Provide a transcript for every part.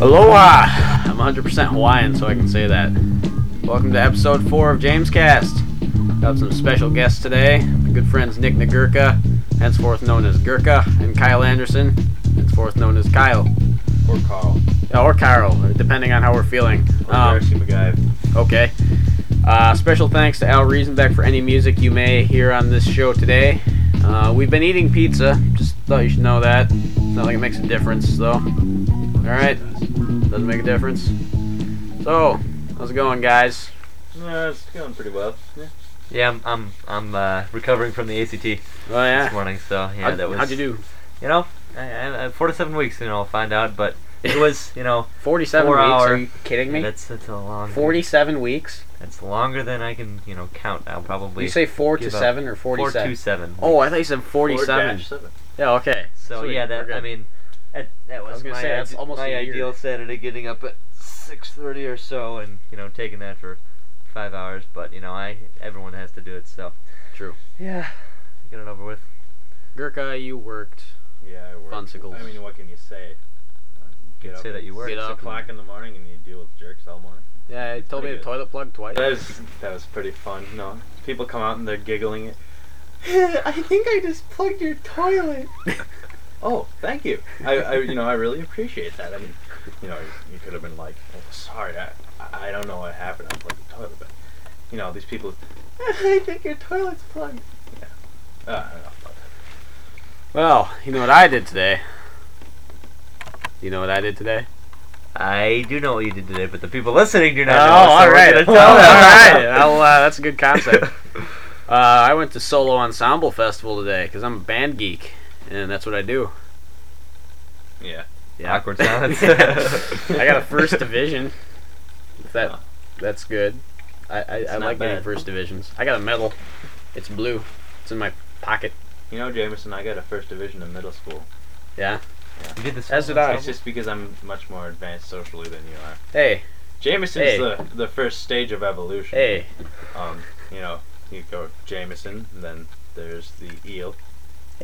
Aloha! I'm 100% Hawaiian, so I can say that. Welcome to episode 4 of James Cast. Got some special guests today. My good friends Nick Nagurka, henceforth known as Gurka, and Kyle Anderson, henceforth known as Kyle. Or Carl. Yeah, Or Carl, depending on how we're feeling. Or Um, Darcy McGuire. Okay. Uh, special thanks to Al Riesenbeck for any music you may hear on this show today. Uh, we've been eating pizza. Just thought you should know that. It's not like it makes a difference, though. All right, doesn't make a difference. So, how's it going, guys? No, it's going pretty well. Yeah. Yeah, I'm I'm, I'm uh, recovering from the ACT Oh Ah. this yeah. morning, so yeah, how'd, that was. how'd you do? You know, I, I, I- four to seven weeks, you know, I'll find out. But it was, you know, Forty-seven Four weeks? Are hour- you kidding me? that's that's a long. Forty-seven weeks? That's longer than I can, you know, count. I'll probably. You say four to give up. seven or four forty-seven? to seven. Oh, I thought you said Forty-seven. forty-seven. Yeah. Okay. so sweet, yeah, we're that good. I mean, that, that was was, gonna my say, that's ide- almost my a year. ideal Saturday, getting up at six thirty or so, and you know, taking that for five hours. But you know, I everyone has to do it, so True. yeah, get it over with. Gurkha, you worked. Yeah, I work. Funsicles. I mean, what can you say? Uh, You Get can up say that at you work. Get Six up o'clock in the morning, and you deal with jerks all morning. Yeah, he told me Pretty to good. toilet plug twice. That was that was pretty fun. No, people come out and they're giggling. I think I just plugged your toilet. oh, thank you. I, I, you know, I really appreciate that. I mean, you know, you, you could have been like, oh, sorry, I, I don't know what happened. I plugged the toilet, but you know, these people. I think your toilet's plugged. Yeah. Uh, I don't know. Well, you know what I did today? You know what I did today? I do know what you did today, but the people listening do Oh, not know. all right. Tell All them. right. Well, uh, that's a good concept. Uh, I went to Solo Ensemble Festival today because I'm a band geek, and that's what I do. Yeah. Yeah. Awkward silence. I got a first division. If that Huh. that's good. I I, I not like getting bad. first divisions. I got a medal. It's blue. It's in my pocket. You know, Jameson, I got a first division in middle school. Yeah. You did this As whole did I. It's ensemble? just because I'm much more advanced socially than you are. Hey, Jameson's Hey. the the first stage of evolution. hey. Um, you know, you go Jameson, and then there's the eel.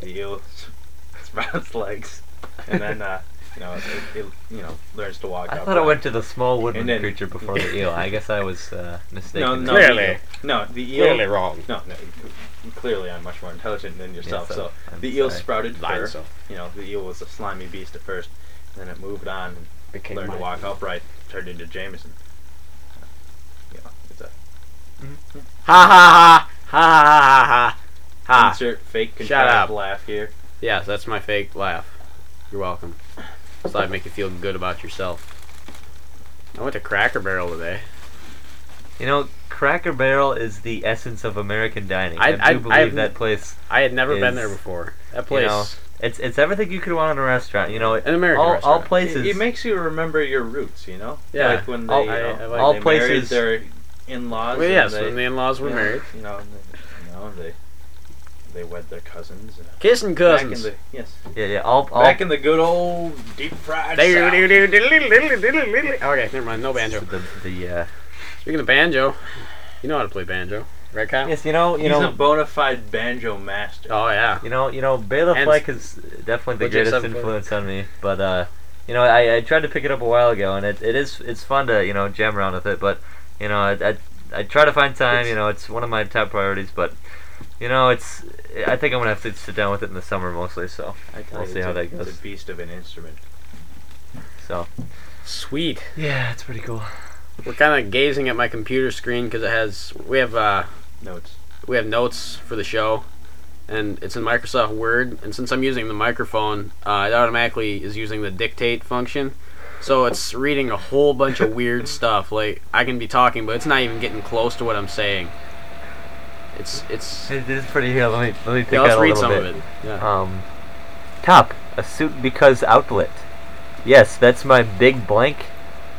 The eel sprouts legs, and then uh, you know, it, it, you know, learns to walk. I upright. thought I went to the small woodland And then- creature before the eel. I guess I was uh, No, mistaken. no, there. Clearly. The eel. No, the eel. Clearly wrong. No, no. you- Clearly, I'm much more intelligent than yourself. so so I'm the eel sorry. sprouted Lied, fur. so. You know, the eel was a slimy beast at first, and then it moved on and Became learned to mine. walk upright, turned into Jameson. You know, it's a Ha ha ha ha ha ha ha. ha. insert fake Shut up. contrived laugh here. Yes, that's my fake laugh. You're welcome. So I make you feel good about yourself. I went to Cracker Barrel today. You know, Cracker Barrel is the essence of American dining. I- I, I- do believe I've- that place. I had never been Is- there before. That You place, know, it's it's everything you could want in a restaurant. You know, it, an American all, all restaurant. places. It, it makes you remember your roots, you know. Yeah. Like when they, uh, All- you I- know, I like when all they places- married their in-laws. well, yes, and they, when the in-laws were yeah, married, You know, and they, you know, they they wed their cousins. And kissing cousins. Back in the, yes. yeah, yeah. All, all Back in the good old deep fried. South. Okay, never mind. No banjo. the, the uh, Speaking of banjo, you know how to play banjo, right, Kyle? yes, you know, you He's know, a bona fide banjo master. Oh yeah. You know, you know, Bela And- Fleck is definitely the Legit greatest seven foot. influence on me. But uh, you know, I, I tried to pick it up a while ago, and it, it is it's fun to you know jam around with it. But you know, I, I, I try to find time. You know, it's one of my top priorities. But you know, it's I think I'm gonna have to sit down with it in the summer mostly. So I tell We'll you, see it's how a, that It's goes. a beast of an instrument. so Sweet. yeah, it's pretty cool. We're kind of gazing at my computer screen because it has we have uh, Notes. we have notes for the show and it's in microsoft word and since i'm using the microphone uh, it automatically is using the dictate function so it's reading a whole bunch of weird stuff like i can be talking but it's not even getting close to what i'm saying it's it's It is pretty cool. Let me let me pick yeah, out let's a read little some bit. of it yeah. Um, top a suit because outlet. Yes, that's my big blank.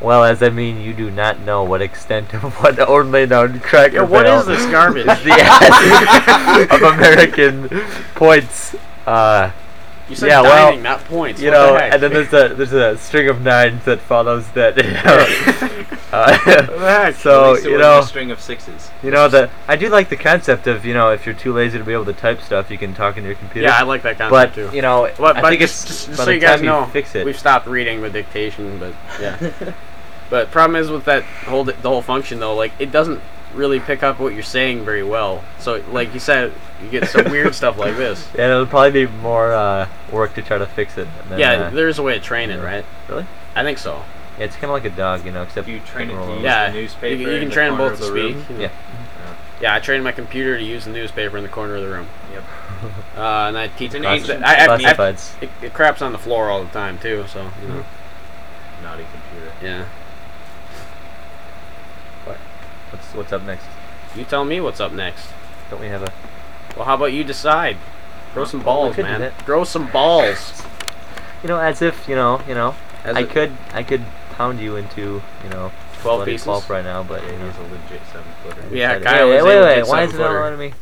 Well, as I mean, you do not know what extent of what only known cracker yeah what Barrel is this garbage is the essence of American points. Uh, You said Yeah, well, dining, not points. you What know, the heck? and then there's a there's a string of nines that follows that. you know. Uh, so At least it you wasn't know, a string of sixes. you know the I do like the concept of you know if you're too lazy to be able to type stuff, you can talk into your computer. yeah, I like that concept but too. you know, But, I but think just, it's just, just by so the you guys time know, fix it. we've stopped reading the dictation, but yeah. but problem is with that whole the whole function though, like it doesn't really pick up what you're saying very well. So like you said, you get some weird stuff like this. And it'll probably be more uh, work to try to fix it. Than, yeah, uh, there's a way to train it, yeah. right? Really? I think so. yeah, it's kind of like a dog, you know, except You train it to can roll use over. Yeah, the you- newspaper. you can in the train corner both of to the room. speak. Yeah. Yeah, I trained my computer to use the newspaper in the corner of the room. Yep. Uh, and I teach. an I, ancient I, I, I, Classifieds. it, it craps on the floor all the time too. So you know, Mm-hmm. Naughty computer. yeah. What's what's up next? You tell me what's up next. Don't we have a? Well, how about you decide? Grow some Well, we balls, could do man. that. Grow some balls. You know, as if you know, you know, As I a- could I could pound you into you know twelve bloody pieces. pulp right now, but you It know. is a legit seven footer. Yeah. Wait, Kyle wait, is wait, able to wait, get Why seven is it not footer. letting me?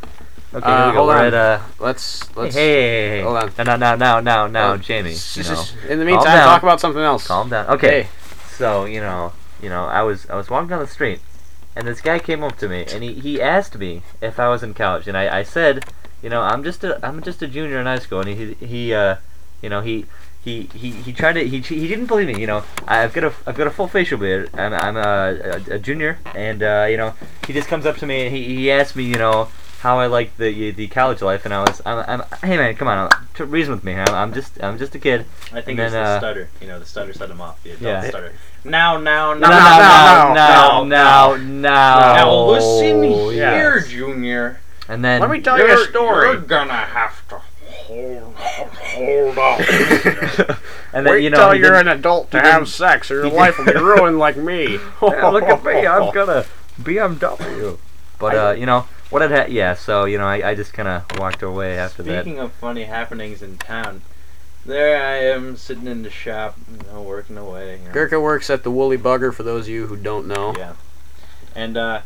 Okay, Uh, here we go. hold We're on. at uh, Let's hey, let's. hey, hey, hold on. Now, now, now, now, now, Uh, Jamie. s- You s- know, s- In the meantime, down. talk about something else. calm down. Okay, Hey, so you know, you know, I was I was walking down the street, and this guy came up to me, and he, he asked me if I was in college, and I, I said, you know, I'm just a I'm just a junior in high school, and he he uh, you know he. He, he, he tried to he, he didn't believe me you know I- I've got a I've got a full facial beard I'm, I'm a, a, a junior and uh, you know he just comes up to me and he, he asked me you know how I liked the the college life and I was I'm, I'm hey man come on t- reason with me I'm, I'm just I'm just a kid I think And it's then, the uh, stutter. You know, the stutter set him off. The adult Yeah. stutter. Now, now, No, now, no, no, no, no, no, no, no. Now listen here, Yes. Junior. And then let me tell you a You're story. gonna have to hold, hold on. and then Wait you know till he you're didn't- an adult to he have didn't- sex, or your he life will be ruined like me. Yeah, look at me, I'm gonna BMW. But uh, you know what? It ha- yeah. So you know, I, I just kind of walked away after that. Speaking of funny happenings in town, there I am sitting in the shop, you know, working away. you know. Gurkha works at the Woolly Bugger. For those of you who don't know, Yeah. And uh,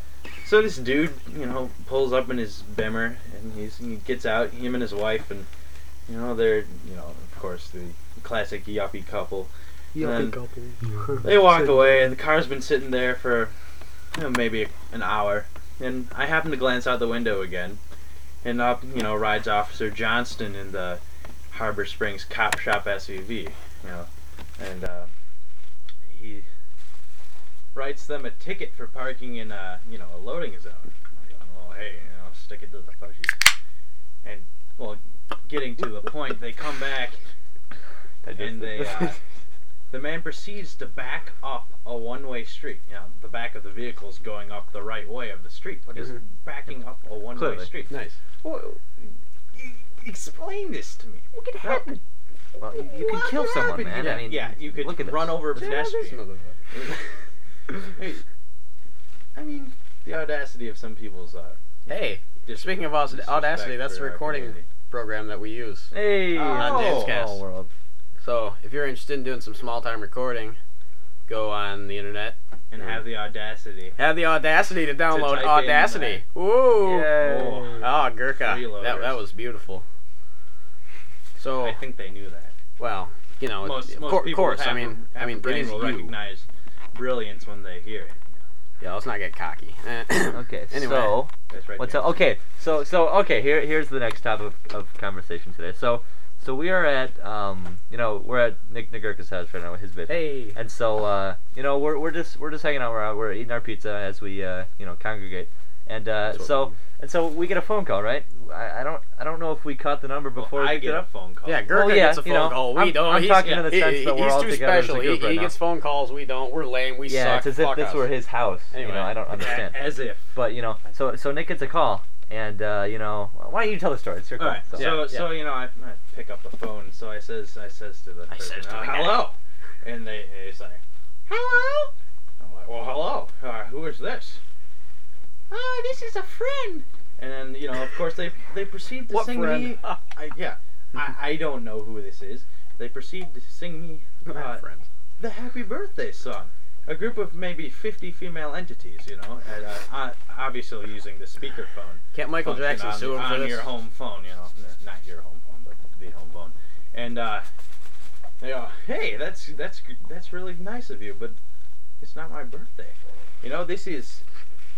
so this dude, you know, pulls up in his Bimmer and he's, he gets out, him and his wife, and, you know, they're, you know, of course, the classic yuppie couple. Yuppie couple. They walk away, and the car's been sitting there for you know, maybe an hour. And I happen to glance out the window again, and up, you know, rides Officer Johnston in the Harbor Springs cop shop SUV, you know, and uh, he writes them a ticket for parking in a you know a loading zone. I'm going, well, hey, you know, stick it to the fuzzies. And well, getting to the point, they come back and they uh, the man proceeds to back up a one-way street. You know, the back of the vehicle's going up the right way of the street, but he's backing up a one-way Mm-hmm. Clearly. street. nice. Well, e- explain this to me. What could happen? well, you, you can What kill someone, happened? man. I mean, yeah, you could look at run this. over a pedestrian. Hey, I mean, the audacity of some people's uh, Hey, speaking of aus- disrespect audacity, that's the for our recording community. program that we use. Hey, Oh. Jamescast. world. So if you're interested in doing some small time recording, go on the internet. and have the audacity. Have the audacity to download type in, uh, Audacity. Ooh. Yay. Oh, Gurkha. Three That, that loaders. was beautiful. So, Oh. I think they knew that. well, you know, Most, it's, most of people course. have I mean, a, I mean, it brain is will you. recognize brilliance when they hear it. Yeah, let's not get cocky. Okay, Anyway. so That's right. What's there. up? Okay, so so okay. Here here's the next topic of, of conversation today. So so we are at um you know we're at Nick Nagurka's house right now with his bit. hey. And so uh you know we're we're just we're just hanging out. We're out, we're eating our pizza as we uh you know congregate. And uh That's what we so and so we get a phone call right. I, I don't I don't know if we caught the number Oh, before well, I we picked get it a up. phone call. Yeah, Gurkha Well, yeah, gets a you phone know, call. We I'm- don't. I'm he's, talking in the he- sense he- that we're he's all too together as a special. group he, right he now. gets phone calls. We don't. We're lame. We yeah, suck. it's as if Fuck this us. were his house. Anyway. You know I don't understand. As if. But you know so so Nick gets a call and uh you know why don't you tell the story? It's your All call. right. So, So- so, yeah. you know, I, I pick up the phone. So I says, I says to the I person, says to "Uh, the guy." hello, and they, they say, hello. I'm like, well, hello. Uh, who is this? Oh, this is a friend. And then you know, of course, they they proceed to What sing me. uh, friend? I, yeah, I, I don't know who this is. They proceed to sing me uh, Friends. the happy birthday song. A group of maybe 50 female entities, you know, and, uh, uh, obviously using the speakerphone Can't Michael function Jackson on, sue him on for this? your home phone, you know, not your home phone, but the home phone. and uh, they go, "Hey, that's that's that's really nice of you, but it's not my birthday. You know, this is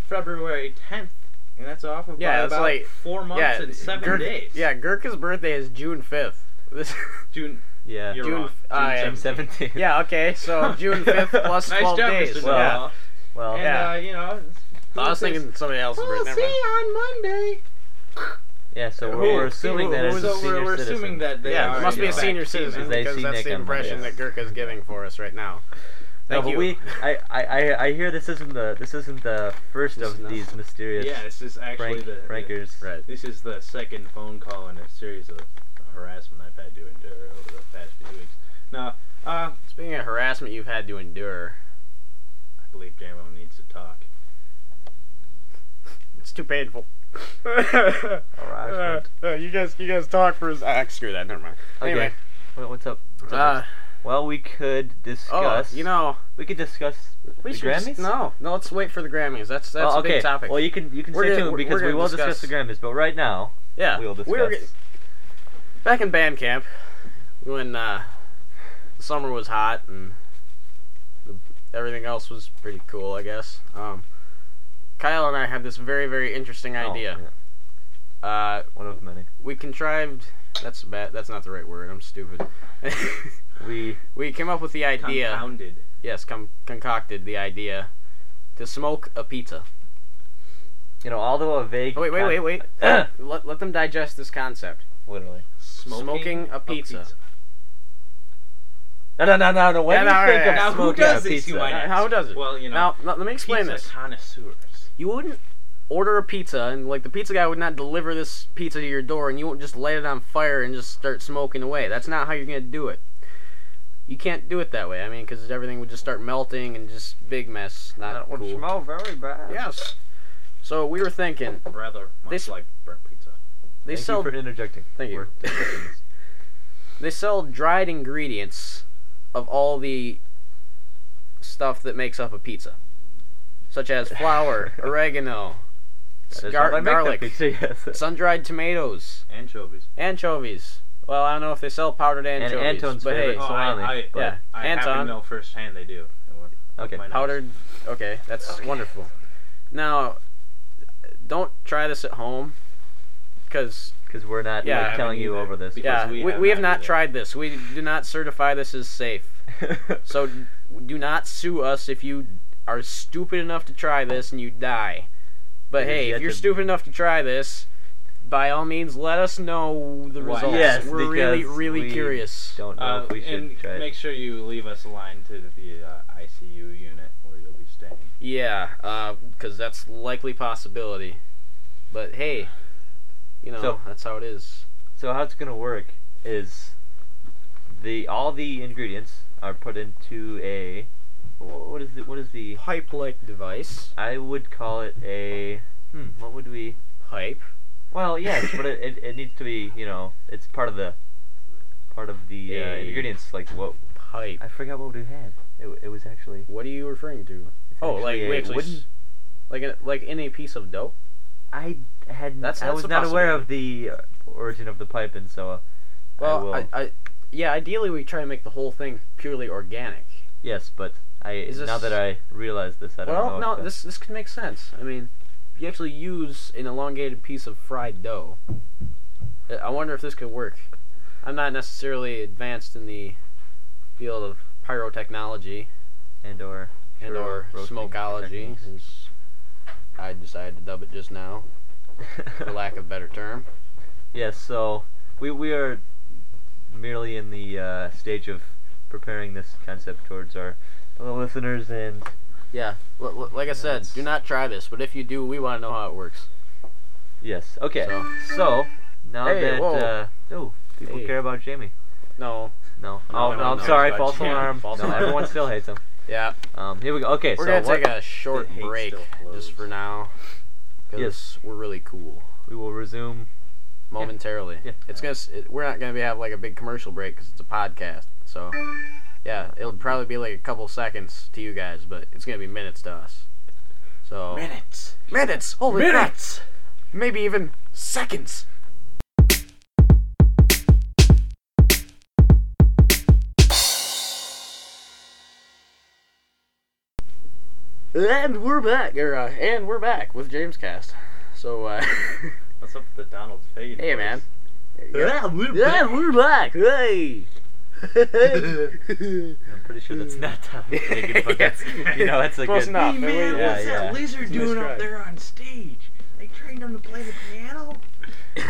February 10th, and that's off of Yeah, by it's about like- four months yeah, and seven Gurk- days. Yeah, Gurkha's birthday is June fifth. This June. Yeah. You're June. wrong. f- June I am- seventh. Seventeen. yeah. Okay. So June fifth plus nice twelve job, days. Mr. Well, yeah. Noel. Well, And Yeah. uh, you know, I was thinking somebody else's We'll birthday. see Never mind. on Monday. yeah. So we're, Who- we're assuming who- that it's who's- a so senior we're, we're citizen. assuming that they yeah, are it must be a in fact senior citizen seniors. They because see that's Nick the on Monday, impression yeah. that Gurkha's giving for us right now. No, Thank but you. we. I, I, I- I hear this isn't the this isn't the first This of is not- these mysterious Yeah, this is actually prank, the, the- prankers. Right. This is the second phone call in a series of harassment I've had to endure over the past few weeks. Now, uh, Speaking of harassment, you've had to endure. I believe JMO needs to talk. It's too painful. Uh, Harassment. you guys, you guys talk for. Ah, screw that. Never mind. Okay. Anyway, What, what's up? What's up? uh, well, we could oh, discuss. you know, we could discuss we the should Grammys. just- no, no. Let's wait for the Grammys. That's that's oh, a okay. big topic. Well, you can you can We're stay gonna- tuned we're- because we're we gonna will discuss. the Grammys. But right now, yeah, we'll We were discuss. get- back in band camp when uh, summer was hot and the, everything else was pretty cool, I guess. Um, Kyle and I had this very very interesting Oh, idea. yeah, Uh, one of many. we contrived. That's bad. That's not the right word. I'm stupid. We we came up with the idea. Compounded. Yes, com- concocted the idea to smoke a pizza. you know although a vague. Oh, wait, wait, con- wait, wait. let, let them digest this concept. Literally. Smoking, Smoking a pizza. No, no, no, no, no. Yeah, When no, you think yeah, of yeah. Now, who smoking does a this, pizza, you might Uh, how does it? Well, you know, now, let, let me explain pizza this. connoisseurs. You wouldn't order a pizza, and like the pizza guy would not deliver this pizza to your door, and you wouldn't just light it on fire and just start smoking away. That's not how you're gonna do it. You can't do it that way. I mean, because everything would just start melting and just big mess. Not cool. smell very bad. Yes. So we were thinking Rather much This- like burnt pizza. they Thank sell you for interjecting. Thank you. We're- they sell dried ingredients of all the stuff that makes up a pizza, such as flour, oregano, That's gar- how I make the garlic, pizza, yes. sun-dried tomatoes, Anchovies. anchovies. Well, I don't know if they sell powdered And anchovies, Anton's but hey, favorite. Oh, salami, I, I, but- Yeah. I happen Anton. to know firsthand they do. Okay. My nose. powdered. Okay, that's wonderful. Now, don't try this at home, because Because we're not Yeah, like, I telling haven't you either. over this. Because yeah, we, we we, have have not not either. tried this. We do not certify this as safe. So d- do not sue us if you are stupid enough to try this and you die. But You've hey, yet if you're to- stupid enough to try this, by all means, let us know the Why? results. Yes, We're really, because really we curious. Don't know Uh, if we should and try. make it. sure you leave us a line to the uh, ICU unit where you'll be staying. Yeah, because that's likely possibility. But hey, you know So- that's how it is. So how it's gonna work is the all the ingredients are put into a wh- what is the what is the Pipe-like device. I would call it a hmm what would we Pipe. Well, yes, but it, it, it needs to be, you know, it's part of the part of the uh, A- ingredients. Like what Pipe. I forgot what we had. It, it was actually What are you referring to? It's oh, like actually we a actually s- wooden- like in, like in a piece of dope. I had That's- I that's was a not aware of the uh, origin of the pipe, and so uh, I Well, will. I, I, yeah, ideally we try to make the whole thing purely organic. yes, but I Is now this- that I realize this, I don't Well, know. no, if this this could make sense. I mean, you actually use an elongated piece of fried dough. I- I wonder if this could work. I'm not necessarily advanced in the field of pyrotechnology that- and or and sure, or roasting smokeology, techniques. as I decided to dub it just now, for lack of better term. Yes, so we we are merely in the uh, stage of preparing this concept towards our fellow listeners and Yeah, l- l- like I said, do not try this, but if you do, we want to know how it works. Yes. Okay. So- So, now Hey, that whoa. uh, oh, people Hey. care about Jamie. No. No, No. oh, no one no, I'm cares sorry. about False Jamie. alarm. False no, alarm. everyone still hates him. Yeah. Um, here we go. Okay. We're so gonna what, take a short The hate break still flows. just for now. Cause Yes. we're really cool we will resume. momentarily. Yeah. It's gonna. s- It, we're not gonna be have like a big commercial break because it's a podcast. So, yeah, it'll probably be like a couple seconds to you guys, but it's gonna be minutes to us. So Minutes. minutes. Holy crap! Minutes. Maybe even seconds. And we're back, or uh, and we're back with James Cast. So, uh, What's up with the Donald Fagan? hey voice? man. Yeah, we're Yeah, we're back. Hey. I'm pretty sure that's not Tom Hagen, but Yeah. that's, you know, that's a Close good. enough. Hey man, Yeah, what's yeah. that lizard doing up described. there on stage? They trained him to play the piano.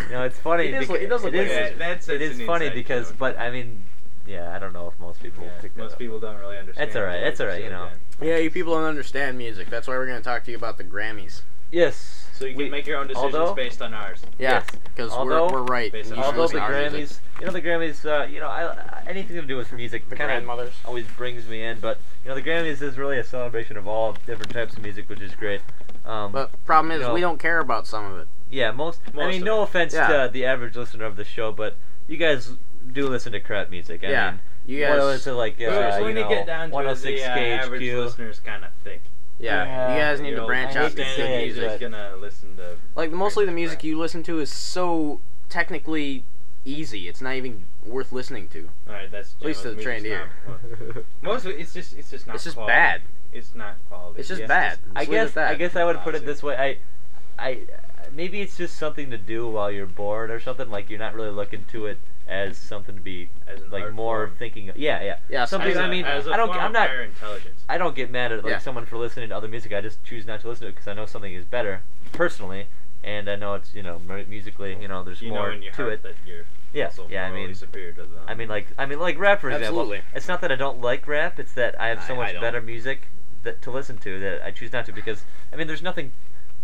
No, it's funny. It is- beca- it does look it like is- a- that's, it is funny because, but I mean, yeah, I don't know if most people pick that most up. people don't really understand. That's all right, what that's all right, said you know. then. yeah, you people don't understand music. That's why we're gonna talk to you about the Grammys. Yes. So you can we- make your own decisions although- uh, based on ours. Yeah, Yes. because Although- we're, we're right. Based and on- you should Although listen the to our Grammys, music. you know, the Grammys, uh, you know, I, anything to do with music the kind of grandmothers. always brings me in. But you know, the Grammys is really a celebration of all different types of music, which is great. Um, But problem is, No. we don't care about some of it. yeah, most. Most I of mean, no it. offense Yeah. to the average listener of the show, but you guys do listen to crap music. I Yeah. mean, You guys, what was it like? Uh, so you when know, you get down to it, 106 the uh, average KHQ. listeners kind of thick. yeah, Yeah, you guys need Your to old branch out. hate to and standard do say it, music music. but- gonna listen to. Like mostly the music you listen to is so technically easy. It's not even worth listening to. All right, that's At least to the Jim's trained music's ear. not- Mostly, it's just it's just not. It's just quality. bad. It's not quality. It's just Yeah. bad. Just leave I it at guess that. I guess I would put it this way. I, I maybe it's just something to do while you're bored or something. Like you're not really looking to it as something to be As an like art more form. thinking. Of, yeah, yeah. Yeah, Some something. As people- a- I mean, as a I don't- form I'm of not- higher intelligence. I don't get mad at like Yeah. someone for listening to other music. I just choose not to listen to it because I know something is better personally, and I know it's you know mu- musically you know there's you more know in your to heart it. that you're Yeah, also yeah. I morally mean, superior to them. I mean, like, I mean, like rap for example. Absolutely. It's not that I don't like rap; it's that I have so I- I much don't. better music that to listen to that I choose not to because I mean, there's nothing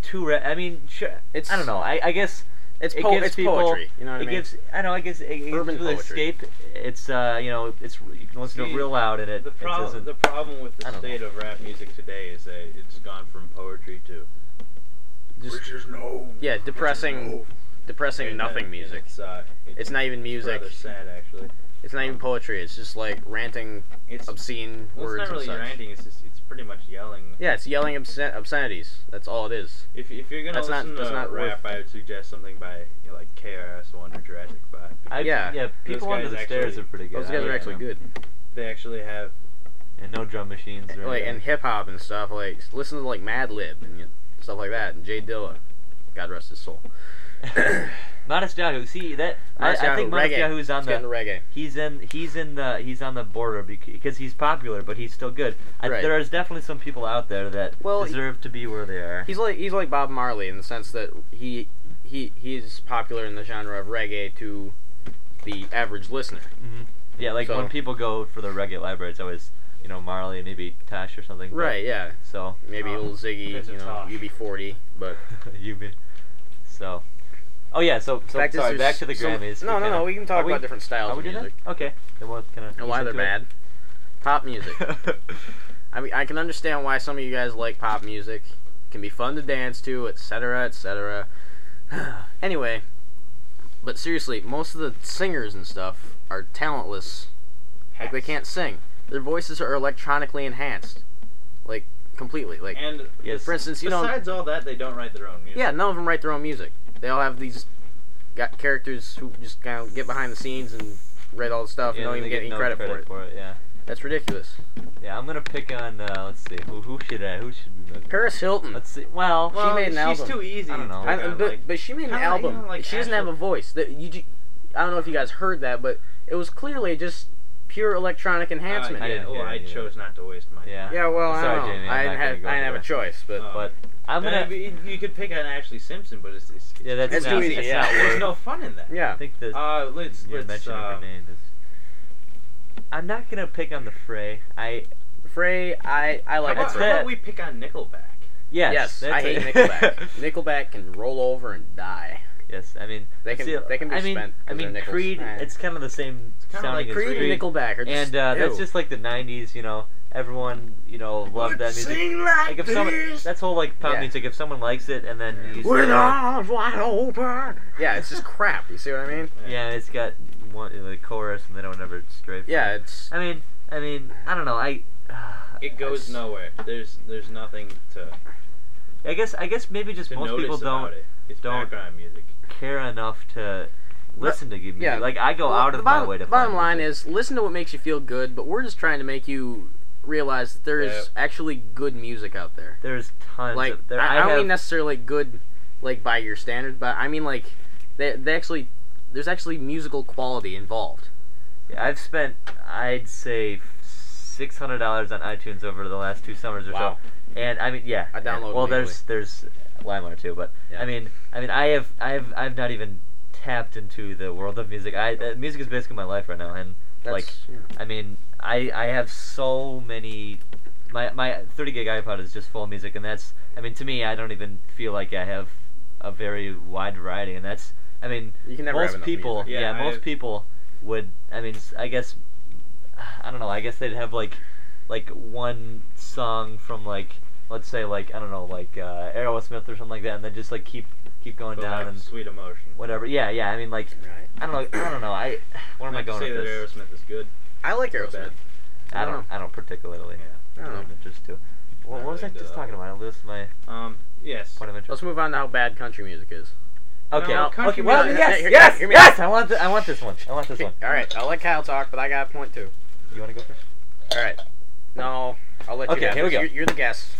to rap. I mean, sure, It's- I don't know. I, I guess It's it po- gives it's people- poetry. You know what I it mean? gives. I know. I guess it, it gives Urban people an poetry. escape. It's uh, you know, it's you can listen to See, it real loud and it. the it problem doesn't, the problem with I the don't know. state of rap music today is that it's gone from poetry to Just, is no yeah, depressing, depressing and, uh, nothing and music. It's, uh, It's not even music. Rather sad actually. It's not even poetry. It's just like ranting It's obscene well, words it's not really and such. ranting. It's just it's pretty much yelling. Yeah, it's yelling obscen- obsenities. That's all it is. If, if you're gonna That's not- listen that's to not rap, I would suggest something by you know, like KRS-One or Jurassic Five. I, because yeah. yeah. People under guys the stairs actually- are pretty good. Those I guys like are actually them. good. They actually have And no drum machines. Or Like anything. and hip hop and stuff. Like listen to like Madlib and you know, stuff like that. And Jay Dilla, God rest his soul. Modest Yahoo. See that? I, Modest I think Yahoo, Modest reggae. Yahoo's on Let's get the into reggae. He's in he's in the he's on the border bec- because he's popular, but he's still good. I, Right. There is definitely some people out there that Well, deserve to be where they are. He's like he's like Bob Marley in the sense that he he he's popular in the genre of reggae to the average listener. Yeah, like So- when people go for the reggae library, it's always you know Marley, maybe Tash or something. but- Right? Yeah. So Maybe Um, a little Ziggy, it's a you know, tosh. UB40, but you be so. Oh yeah, so, so fact is sorry. there's Back to the so- Grammys. no, no, kinda- no. We can are talk we- about different styles Are we of doing music that? Okay. Then we'll kind of and why they're bad. Pop music. I mean, I can understand why some of you guys like pop music. It can be fun to dance to, etc., etc. anyway, but seriously, most of the singers and stuff are talentless. Like they hats. can't sing. Their voices are electronically enhanced, like completely. Like And Yes. for instance, you know, besides all that, they don't write their own music. yeah, none of them write their own music. They all have these got characters who just kind of get behind the scenes and write all the stuff and don't even get, any credit, for it. for it. Yeah. That's ridiculous. Yeah, I'm gonna pick on. Uh, let's see. Who who should I? Who should we? Paris Hilton. Let's see. Well, Well, made an she's album. too easy. I don't to know. pick I, on, but, like, but she made an kinda like, you album. know, like she doesn't have a Ashley. voice. That you, ju- I don't know if you guys heard that, but it was clearly just pure electronic enhancement. Uh, yeah, didn't well, hear I it either. chose not to waste my Yeah. time. yeah, well, I Sorry, don't know. Jamie, I'm I not didn't gonna have go I didn't there. have a choice, but Oh. but I'm gonna. And you- you could pick on Ashley Simpson, but it's, it's, yeah, that's It's not, too easy, It's yeah. not there's worth- no fun in that. yeah. I think the Uh, let's your let's mention of uh, um, her name is. I'm not gonna pick on the fray. I Frey, I I How like about, That's how Frey. about it. we pick on Nickelback? yes. Yes, that's I hate it. Nickelback. Nickelback can roll over and die. yes, I mean They can- see, they can be I mean, spent 'cause I they're mean nickels. Creed. Eh. It's kind of the same kinda sounding like as Creed Creed. and Nickelback are just and uh, that's ew. just like the '90s. You know, everyone you know loved that music. like if someone that's whole like pop Yeah. music. If someone likes it, and then you with say, arms wide open. Yeah, it's just crap. You see what I mean? yeah, it's got one the chorus, and they don't ever stray. From Yeah, it. it's I mean, I mean, I don't know. I. It goes I, nowhere. There's there's nothing to, I guess I guess maybe just to most notice people about don't it. It's don't- background music. care enough to listen to good music. yeah. Like I go Well, out of the bottom, my way to. Bottom find line music. is, listen to what makes you feel good, but we're just trying to make you realize that there is Yeah. actually good music out there. There's tons. Like of, there, I, I don't have, mean necessarily good, like by your standards, but I mean like they they actually there's actually musical quality involved. I've spent I'd say six hundred dollars on iTunes over the last two summers or Wow. so. And I mean, yeah. I yeah. download Well, there's there's LimeWire too, but Yeah. I mean, I mean, I have I have I've not even tapped into the world of music. I uh, music is basically my life right now, and That's, like yeah. I mean, I I have so many. My my 30 gig iPod is just full of music, and that's. I mean, to me, I don't even feel like I have a very wide variety, and that's. I mean, You can never have most enough people. music. Yeah, Yeah, I- most people would. I mean, s- I guess. I don't know. I guess they'd have like, like one song from like, let's say like I don't know like uh, Aerosmith or something like that, and then just like keep keep going But down like and sweet emotion. whatever. Yeah, yeah. I mean, like Right. I don't know. I don't know. I where am I Not to going say with that this? Aerosmith is good. I like Aerosmith. Bad. I I don't. don't I don't particularly. Yeah. I don't know. Just to. Well, Not what was I really into just that. talking about? I lost my Um. Yes. point of interest. Let's move on to how bad country music is. Oh, Okay. No, okay. country Well, music- yes, Hear me yes, out, hear me yes. out. I want. The, I want this one. I want this one. All right, I'll let Kyle talk, but I got a point too. You want to go first? All right. No, I'll let Okay, you. have here we this. go. You're, you're the guest.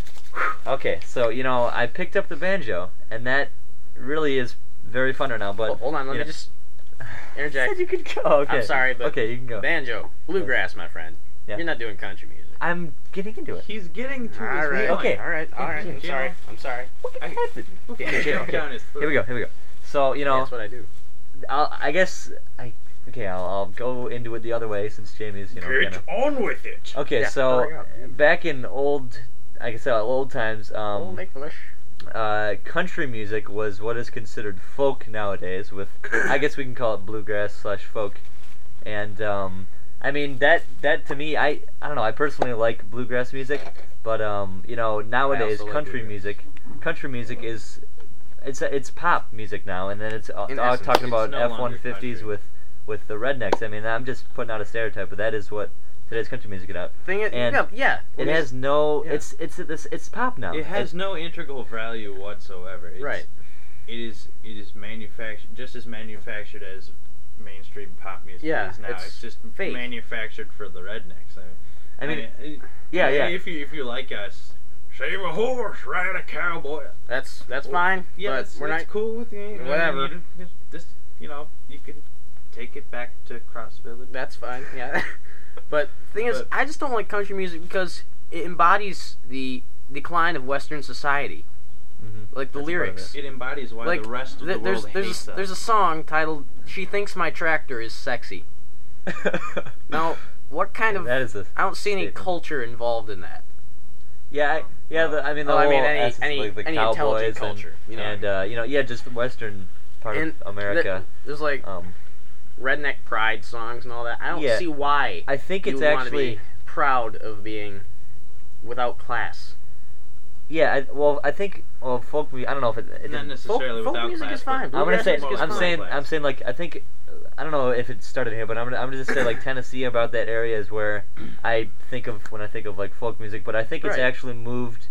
Okay. So you know, I picked up the banjo, and that really is very fun right now. But Well, Oh, hold on, let you me know- just interject. Said you could go. Okay. sorry, but- okay, you can go. Banjo, bluegrass, my friend. Yeah. You're not doing country music. I'm getting into it. He's getting to his All right. feeling. Okay. All right. All right. I'm You sorry. know? I'm sorry. Look at I- that. Look at Yeah, him okay, choke okay. down his Here we go. Here we go. So you know, That's what I do. I'll, I guess I. Okay, I'll, I'll go into it the other way since Jamie's you know. gonna- on with it. Okay, Yeah, hurry so up. back in old, I guess uh, old times, Old um, English. uh, country music was what is considered folk nowadays. With I guess we can call it bluegrass slash folk, and um, I mean that that to me, I I don't know. I personally like bluegrass music, but um, you know nowadays like country bluegrass. music, country music is. It's it's pop music now, and then it's uh, In uh, essence, talking it's about no F longer one fifties country. with with the rednecks. I mean, I'm just putting out a stereotype, but that is what today's country music is about. Thing is, And yeah, yeah. It has no. Yeah. It's it's it's it's pop now. It has no integral value whatsoever. It's, Right. It is. It is manufactured just as manufactured as mainstream pop music Yeah, is now. it's It's, just fake. manufactured for the rednecks. I I mean, mean, I mean, yeah, yeah. If you if you like us, save a horse, ride a cowboy. That's that's Oh, Well, fine. Yeah, but it's, we're it's not. cool with you. you know, Whatever. You, you, just you know, you can take it back to Cross Village. That's fine. Yeah. but thing is, But- I just don't like country music because it embodies the decline of Western society. Mhm. Like the That's part of lyrics. It embodies why Like, the rest of the Th- world there's there's a, hates s- us. there's a song titled "She Thinks My Tractor Is Sexy." Now, what kind of Mm-hmm. that is a I don't see any statement. culture involved in that. yeah, I, yeah. The, I mean, the Oh, I whole mean, any- essence, any- like the any cowboys intelligent and, culture, you know. and uh, you know, yeah, just the western part And of America. Th- There's like Uh, um, redneck pride songs and all that. I don't Yeah. see why I think you it's want to actually be proud of being without class. yeah. I, well, I think well, folk. mu- I don't know if it. it not didn't- necessarily folk without music class, is fine. but I'm gonna Bluegrass say. music is I'm fine. saying. Class. I'm saying. Like I think. I don't know if it started here, but I'm gonna. I'm gonna just say like Tennessee about that area is where I think of when I think of like folk music. But I think it's Right. actually moved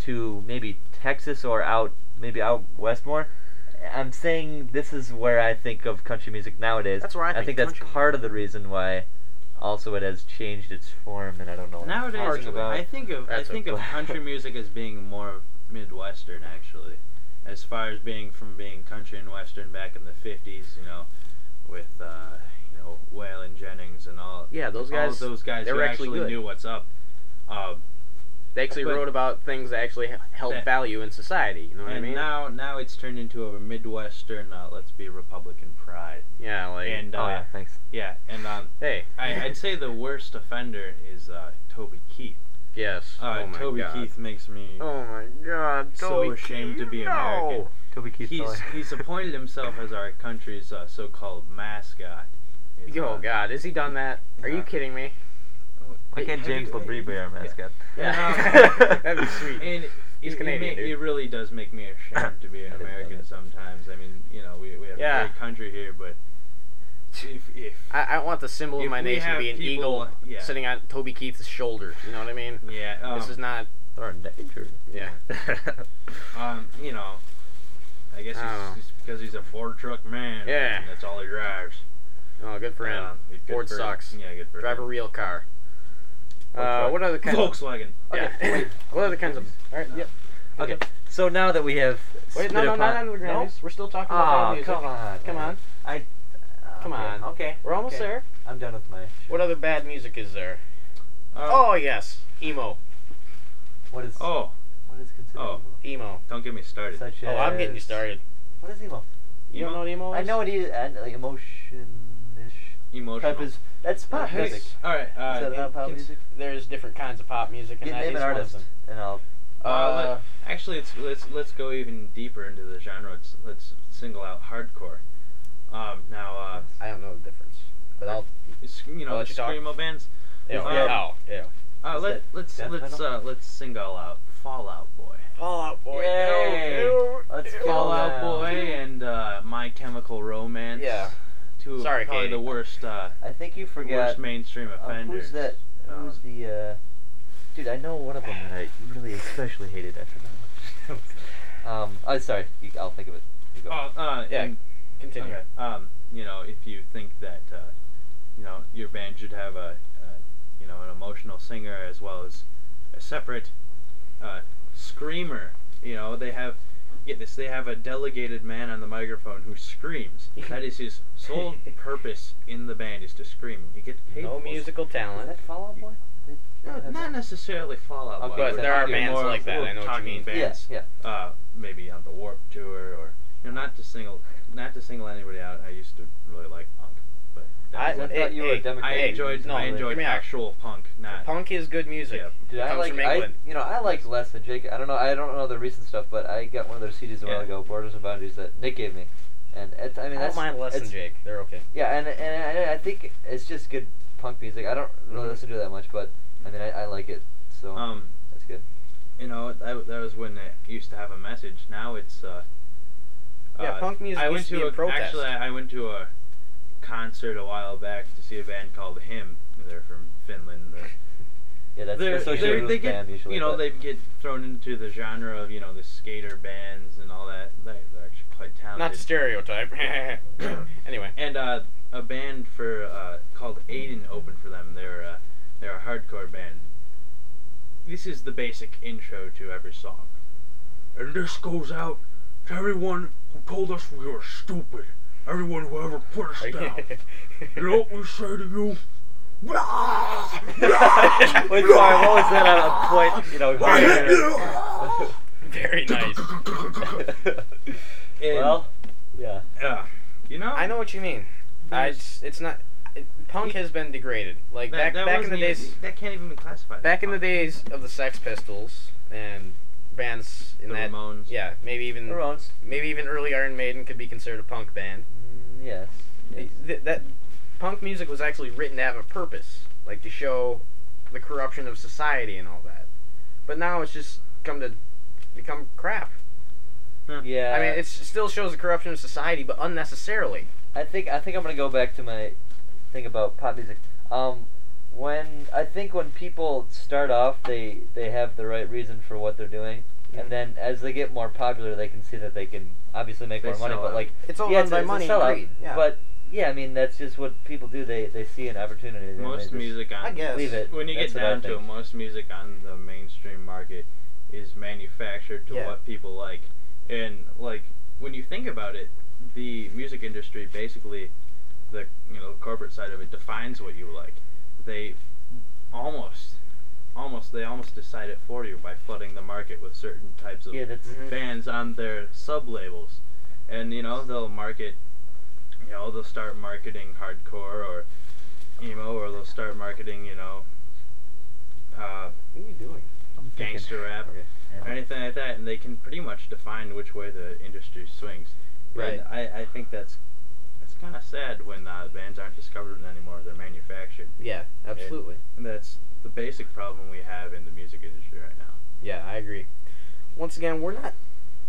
to maybe Texas or out maybe out west more. I'm saying this is where I think of country music nowadays. That's where I I think think that's country. part of the reason why. Also, it has changed its form, and I don't know. what I'm Nowadays, talking about. I think of I That's a- think of country music as being more midwestern actually, as far as being from being country and western back in the fifties, you know, with uh, you know Waylon Jennings and all. Yeah, those all guys, of those guys they who were actually actually good. knew what's up. Uh, They actually But- wrote about things that actually h- held That- value in society. You know what and I mean? now now it's turned into a midwestern. Uh, let's be Republican pride. yeah, like And uh, oh yeah, thanks. yeah, and um, hey, I, I'd say the worst offender is uh, Toby Keith. yes. Uh, oh my Toby god. Keith makes me. Oh my god. So Toby ashamed to Keith, be no. American. Toby Keith. He's Miller. he's appointed himself as our country's uh, so-called mascot. Is, Oh uh, god, has he done that? Are you Yeah. kidding me? Why Wait, can't have James you- Labrie be our yeah. mascot? Yeah. That'd be sweet. And it- He's it, Canadian, It, ma- dude. it really does make me ashamed to be an I didn't know American that. sometimes. I mean, you know, we, we have Yeah. a great country here, but if if I, I want the symbol of If my we nation to have be an people- eagle yeah. sitting on Toby Keith's shoulder. You know what I mean? yeah, um, this is not. They're in danger. Yeah. um, you know, I guess I don't know. he's, he's because he's a Ford truck man. Oh. Yeah. and that's all he drives. Oh, good for him. Um, good Ford for him. sucks. Yeah, good for Drive a him. real car. Uh, truck. what other kinds? Volkswagen. Yeah. wait. What other kinds of? All right. Yep. Okay. So now that we have Wait. spit No. No. upon- Not out of the Grammys. We're still talking about Aw, music. Ah, come on. Come man. on. I. uh, Come okay, on. Okay. We're almost okay. there. I'm done with my. What other bad music is there? Um, Oh yes, emo. What is? Oh, What is considered? Oh. emo? Emo. don't get me started. Such Oh, I'm getting you as- started. What is emo? You don't know what emo is? I know e it is and, like emotion-ish Emotional. type is that's pop Hey, music. All right. Uh, is that name- not pop cons- music? There's different kinds of pop music, and Get that name is an one of artist, them. and I'll. Uh, Uh, let- actually, let's let's let's go even deeper into the genre. Let's, let's single out hardcore. Um, now, uh, I don't know the difference, but I'll. it's, you I'll know, let the you talk. screamo bands. Ew, Yeah. Ow. Ew. Uh, Is let that let's death let's metal? uh, let's single out Fallout Boy. Fallout Boy. Yay. Ew, ew, Let's ew. go. Fallout Fallout. Boy and uh, My Chemical Romance. Yeah. Two of Sorry, probably Katie. the worst uh, I think you forgot. worst mainstream uh, offenders. who's that? Uh, Oh. Who's the? uh... Dude, I know one of them that I really especially hated. I forgot. what it was. um, oh, sorry. You, I'll think of it. You go. Oh, uh, Yeah, and Continue. Okay. Um, you know, if you think that uh, you know your band should have a, a you know an emotional singer as well as a separate uh, screamer, you know they have get this they have a delegated man on the microphone who screams. that is his sole purpose in the band is to scream. He gets paid. No for it. musical Is talent. that Fall Out Boy? They- they No, don't have not that. necessarily Fallout Boy. Okay, But so there are thinking bands more like of that. I know what you talking mean. Yeah, bands. yeah. uh, maybe on the Warp Tour, or you know, not to single, not to single anybody out. I used to really like punk, but that I, was I it. thought hey, you were a hey, I Democrat. hey, enjoyed, No, I hear enjoyed me out. actual punk, not Punk is good music. Yeah. Dude, I comes like from I, England. you know I liked less than Jake. I don't know. I don't know the recent stuff, but I got one of their CDs a while Yeah. ago, Borders and Boundaries, that Nick gave me, and it's, I mean I that's don't mind less than it's- Jake. They're okay. Yeah, and and I, I think it's just good punk music. I don't really Mhm. listen to it that much, but I mean I, I like it, so Mm-hmm. Um, that's good. you know, that, that was when it used to have a message. Now it's uh, Yeah, uh, punk music I went used to to be a, a protest. actually, I went to a concert a while back to see a band called Him. They're from Finland. They're- Yeah, that's They're- associated they're- with they get, band usually. You know, but- they get thrown into the genre of you know the skater bands and all that. They, they're actually quite talented. Not stereotype. anyway. and uh, a band for uh, called Aiden opened for them. They're uh, they're a hardcore band. This is the basic intro to every song. And this goes out to everyone who told us we were stupid. Everyone who ever put us down. you know what we say to you? Wait, sorry, what was that on a point? You know. Very nice. And, well, yeah. uh, you know, I know what you mean. I There's- just, it's not. It, punk has been degraded. Like back that, that back in wasn't the even- days. that can't even be classified. as Back in the punk. days of the Sex Pistols and bands in The that. Ramones. Yeah, maybe even The Ramones. maybe even early Iron Maiden could be considered a punk band. Mm, yes. Th- th- that punk music was actually written to have a purpose, like to show the corruption of society and all that. But now it's just come to become crap. Yeah. I mean, it still shows the corruption of society, but unnecessarily. I think I think I'm gonna go back to my thing about pop music. Um, when I think when people start off, they they have the right reason for what they're doing, and then as they get more popular, they can see that they can obviously make They more money. sell But out. like, It's all yeah, run it's, by a- it's money a and sellout. greed. Yeah. But yeah, I mean that's just what people do. They they see an opportunity. and they Most just music on I guess. Leave it. When you That's get what I down to it, think. most music on the mainstream market is manufactured to Yeah. what people like. And like when you think about it, the music industry basically the you know, corporate side of it defines what you like. They almost almost they almost decide it for you by flooding the market with certain types of Yeah, that's Mhm. bands on their sub labels. And you know, they'll market you know, they'll start marketing hardcore or emo or they'll start marketing, you know, uh, What are you doing? I'm thinking- gangster rap Okay. or anything like that, and they can pretty much define which way the industry swings. Right. And I, I think that's that's kind of sad when uh, bands aren't discovered anymore; they're manufactured. Yeah, absolutely. And that's the basic problem we have in the music industry right now. Yeah, I agree. Once again, we're not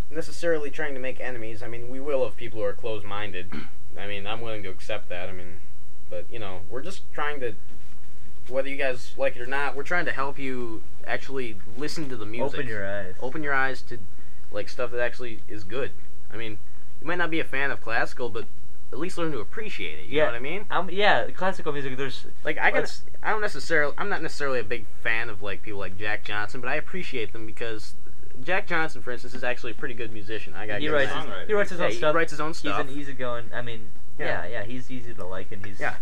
necessarily trying to make enemies. I mean, we will of people who are closed minded. I mean, I'm willing to accept that. I mean, but, you know, we're just trying to, whether you guys like it or not, we're trying to help you actually listen to the music. Open your eyes. Open your eyes to, like, stuff that actually is good. I mean, you might not be a fan of classical, but at least learn to appreciate it. You Yeah. know what I mean? Um, yeah, classical music. There's Like I can, Let's- I don't necessarily, I'm not necessarily a big fan of like people like Jack Johnson, but I appreciate them because Jack Johnson, for instance, is actually a pretty good musician. I got he good writes song. his, he writes his Yeah, own he stuff. writes his own he's stuff. an easygoing. I mean, Yeah. yeah. yeah, he's easy to like, and he's Yeah.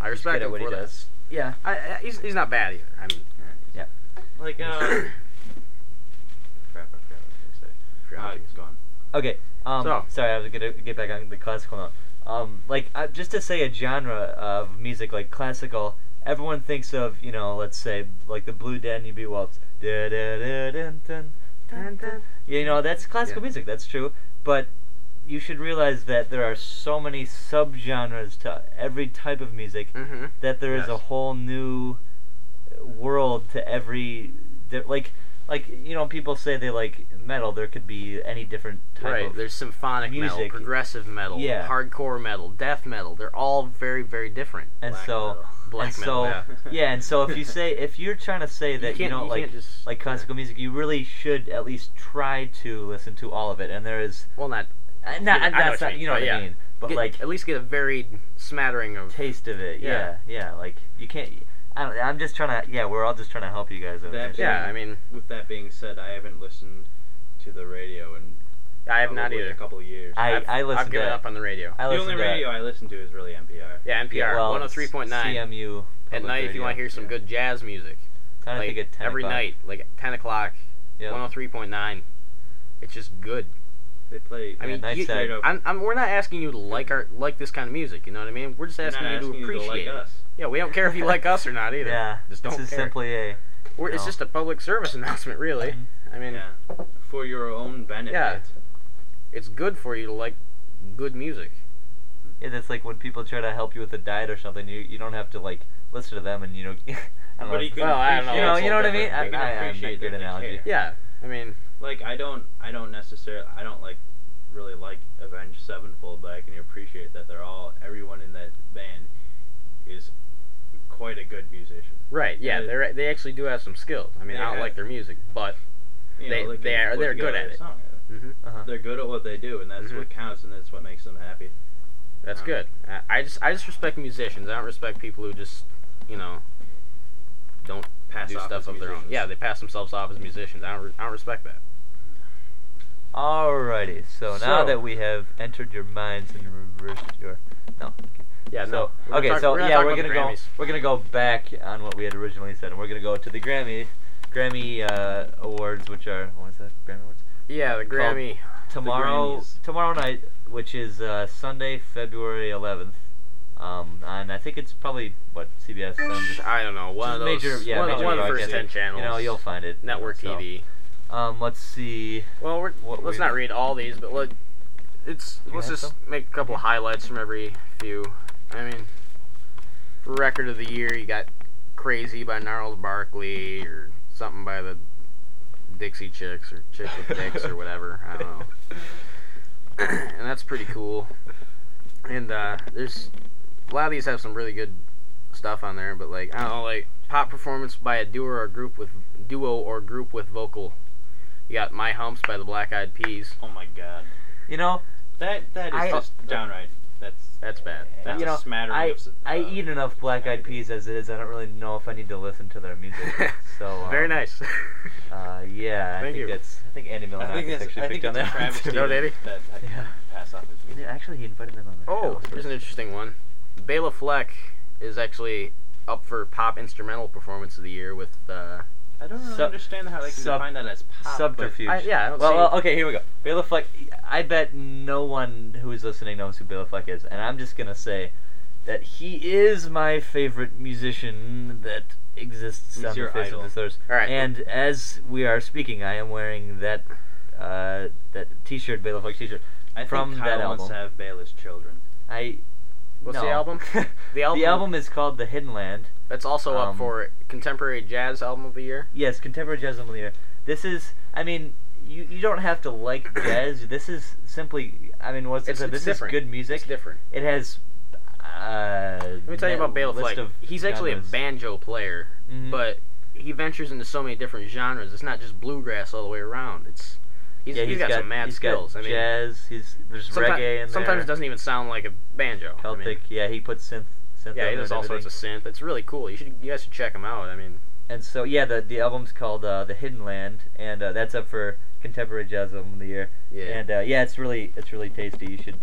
I he's respect good at him what for he that. does. Yeah, I, I, he's, he's not bad either. I mean, Like, uh. crap, I forgot what I was forgot going to say. Uh, what he it's was- gone. Okay. Um, So- sorry, I was gonna get back on the classical note. Um, like uh, just to say a genre of music like classical, everyone thinks of you know let's say like the Blue Dandy Be Waltz. Da, da, da, dun, dun, dun, dun. Yeah, You know that's classical Mm-hmm. Yeah. music. That's true, but you should realize that there are so many subgenres to every type of music Mhm. that there is a Yes. whole new world to every di- like like you know people say they like metal there could be any different type Right, of there's symphonic metal, music. progressive metal, Yeah. hardcore metal, death metal. They're all very, very different. and Black so metal. Black and metal, so yeah. yeah and so if you say if you're trying to say that you, can't- know you like can't just- like classical music you really should at least try to listen to all of it and there is Well, not uh, not, Yeah, I know that's what you not mean, but you know what yeah. I mean but get- like at least get a varied smattering of. taste of it Yeah. yeah yeah, like you can't I don't, I'm just trying to yeah we're all just trying to help you guys out That's- there. Yeah, I mean, With that being said, I haven't listened to the radio in I have not probably either. a couple of years. I- I've, I I've listen given to- up on the radio. I the listen only to radio I listen to is really NPR. Yeah, NPR, well, 103.9. CMU At public night, if you radio. want to hear some yeah. good jazz music, Kinda like think at 10 every o'clock. night, like 10 o'clock, Yeah. 103.9. It's just good. They play. I Yeah, mean, nice you, side. I'm, I'm, we're not asking you to like our like this kind of music. You know what I mean? We're just They're asking not you to asking you to appreciate. like it. us. Yeah, we don't care if you like us or not either. Yeah, just don't this is care. simply a We're, It's no. just a public service announcement, really. Mhm. I mean, Yeah. For your own benefit. Yeah. it's good for you to like good music. yeah. That's like when people try to help you with a diet or something. You you don't have to like listen to them and you know. I don't know, But you it's- can Well, I don't know, appreciate you know- it's you all know what I mean? different. I- You can I- I'm not appreciate good that they analogy. care. Yeah, I mean, Like I don't, I don't necessarily, I don't like really like Avenged Sevenfold, but I can appreciate that they're all, everyone in that band is quite a good musician. right? Yeah, Yeah. they they actually do have some skills. I mean, I don't Yeah. like their music, but You They- know, they can are- put they're good together at a it. song. mhm, uh-huh. They're good at what they do, and that's Mhm. what counts, and that's what makes them happy. that's Um, Yeah. good. I, I just I just respect musicians. I don't respect people who just you know don't Pass do off stuff as of their own. musicians. Yeah, they pass themselves off as musicians. I don't re- I don't respect that. Alrighty, so, now So- that we have entered your minds and reversed your no. Yeah, so no. We're gonna okay, talk- so gonna yeah, talk we're about gonna the go Grammys. we're gonna go back on what we had originally said, and we're gonna go to the Grammy Grammy uh, awards, which are what is that Grammy awards? Yeah, the Grammy. tomorrow Grammys. tomorrow night, which is uh, Sunday, February 11th. Um, and I think it's probably what CBS. I'm just- I don't know. One of just those. major, yeah, one, of the- major one of the first broadcast- ten channels. You know, you'll find it. network so. TV. Um, let's see. Well, we're, What let's we- not read all these, but let it's You let's have just make a couple highlights from every few. I mean, for record of the year, you got "Crazy" by Gnarls Barkley or something by the Dixie Chicks or Chick with Dicks or whatever. I don't know, and that's pretty cool. And uh, there's a lot of these have some really good stuff on there, but like I don't know, like pop performance by a duo or group with duo or group with vocal. You got My Humps by the Black Eyed Peas. Oh my god. You know, That that is I- just downright. That's That's bad. that's you a know, smattering I of. s- I uh, eat enough Black Eyed Peas as it is. I don't really know if I need to listen to their music. So um, Very nice. Uh, yeah, I Thank think you. that's. I think Andy Milonakis I think that's. actually I picked think it's on a that. one, travesty too. No, that- did he? that I can Yeah. pass off as And music. Actually, he invited them on the oh, show, so here's an it's- interesting one. Bela Fleck is actually up for Pop Instrumental Performance of the Year with. Uh, I don't really Sub- understand how they can sub- define that as pop. subterfuge. I- yeah, I don't well, see- well, okay, here we go. Bela Fleck. I bet no one who is listening knows who Bela Fleck is, and I'm just gonna say that he is my favorite musician that exists He's on your the face idol. of this earth. All right. And as we are speaking, I am wearing that uh, that T-shirt, Bela Fleck T-shirt. I think from Kyle that wants album. to have Bayless children. I. What's no. the album? The album- the album is called The Hidden Land. That's also up Um, for Contemporary Jazz Album of the Year. Yes, contemporary jazz album of the year. This is, I mean, you, you don't have to like jazz. This is simply, I mean, what's It's- it? said, it's This different. is good music. It's different. It has. Uh, Let me tell you about Bela Fleck. He's actually a banjo player, Mhm. but he ventures into so many different genres. It's not just bluegrass all the way around. It's He's, yeah, he's got, some mad he's got skills. I mean, jazz. He's there's someti- reggae in there. sometimes it doesn't even sound like a banjo. I mean, Celtic. yeah, he puts synth. synth yeah, on he there does and all sorts everything. of synth. It's really cool. You should you guys should check him out. I mean, And so yeah, the the album's called uh, the Hidden Land, and uh, that's up for Contemporary Jazz Album of the Year. yeah, And uh, yeah, it's really it's really tasty. You should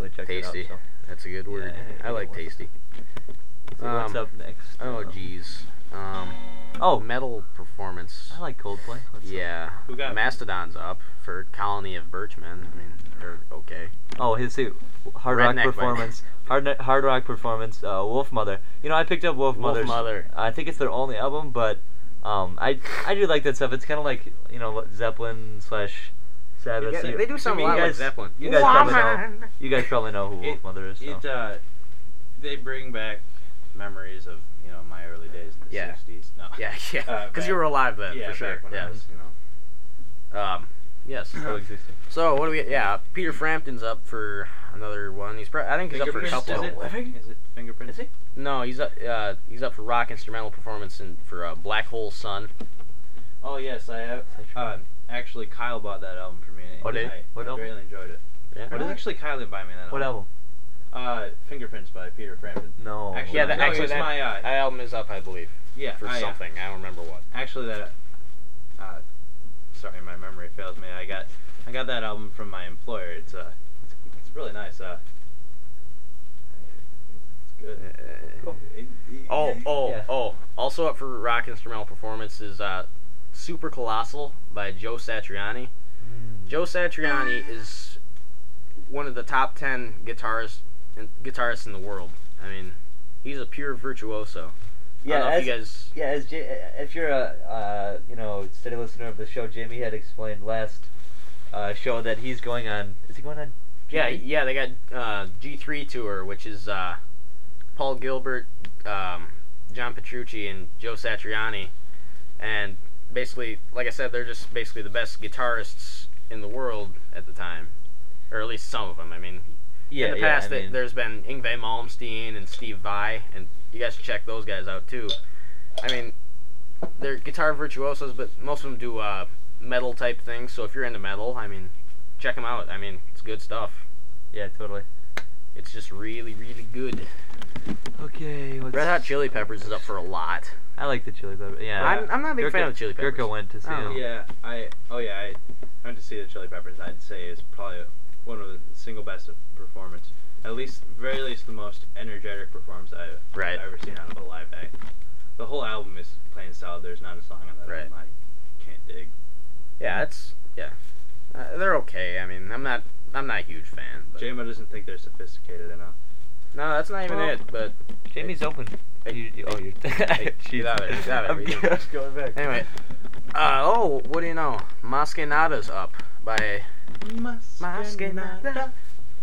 really check Tasty. it out. that's a good word. Yeah, I like it was. tasty. So, so what's Um, up next? Oh jeez. Um, Oh, metal performance. I like Coldplay. What's up? Yeah. Who got- Mastodon's up for Colony of Birchmen. I mean, they're okay. Oh, his see, hard rock Redneck Mike. performance, hard ne- hard rock performance. Uh, Wolf Mother. You know, I picked up Wolf Wolf Mother. Mother. I think it's their only album, but um, I I do like that stuff. It's kind of like you know what Zeppelin slash Sabbath. Yeah, they- You- they do sound you a lot like guys- Zeppelin. You guys probably know. Woman. You guys probably know who Wolf It- Mother is. It so. uh, they bring back memories of you know my early days in the Yeah. '60s. No. Yeah, yeah. Uh, Because back- you were alive then, yeah, for sure. back when I Yes. was, you know. Um, yes. Coexisting. So what do we? Yeah, Peter Frampton's up for another one. He's probably. I think he's up for a Fingerprints, couple. is it? I think- Is it fingerprints? Is he? No, he's up. Uh, he's up for rock instrumental performance and for uh, Black Hole Sun. Oh yes, I have. Uh, actually, Kyle bought that album for me. and What Oh, did- I, what I album? really enjoyed it. Yeah. Or What no, is it? actually, Kyle didn't buy me that. What album. album? Uh, fingerprints by Peter Frampton. No. Actually, Yeah, no, that, it actually was that, my, uh, that album is up, I believe, Yeah, for I, uh, something. I don't remember what. actually, that. Uh, sorry, my memory fails me. I got, I got that album from my employer. It's uh, it's, it's really nice. Uh, it's good. It- it- Oh, oh, Yeah. oh! Also up for rock instrumental performance is uh, Super Colossal by Joe Satriani. Joe Satriani is one of the top ten guitarists in, guitarists in the world. I mean, he's a pure virtuoso. I Yeah, don't know if you as- guys. Yeah, as J- if you're a uh, you know steady listener of the show, Jamie had explained last uh, show that he's going on. Is he going on? Yeah, yeah, they got uh, G3 tour, which is uh, Paul Gilbert, um, John Petrucci, and Joe Satriani, and basically, like I said, they're just basically the best guitarists in the world at the time, or at least some of them. I mean, yeah. in the yeah, past, I they- mean- there's been Ingve Malmsteen and Steve Vai, and you guys should check those guys out too. I mean, they're guitar virtuosos, but most of them do uh, metal type things. So if you're into metal, I mean, check them out. I mean, it's good stuff. yeah, totally. It's just really, really good. Okay. What's, Red Hot Chili Peppers is up for a lot. I like the chili pepper. Yeah. I'm, I'm not a big fan Gurkha- of the Chili Peppers. Gurkha went to see Oh. him. Yeah, I. Oh yeah, I. I went to see the Chili Peppers. I'd say is probably one of the single best of performance. At least, very least, the most energetic performance I've, Right. I've ever seen out of a live act. The whole album is plain solid. There's not a song on that Right. album I can't dig. Yeah, it's yeah. Uh, they're okay. I mean, I'm not I'm not a huge fan. But JMO doesn't think they're sophisticated enough. no, that's not even Well- it. But Jamie's open. Hey, you, you, oh, you're. hey, Jeez. get out of there, get out of there, I'm, what are you doing? I'm going back. anyway, uh, oh, what do you know? Masquenada's up by Masquenada.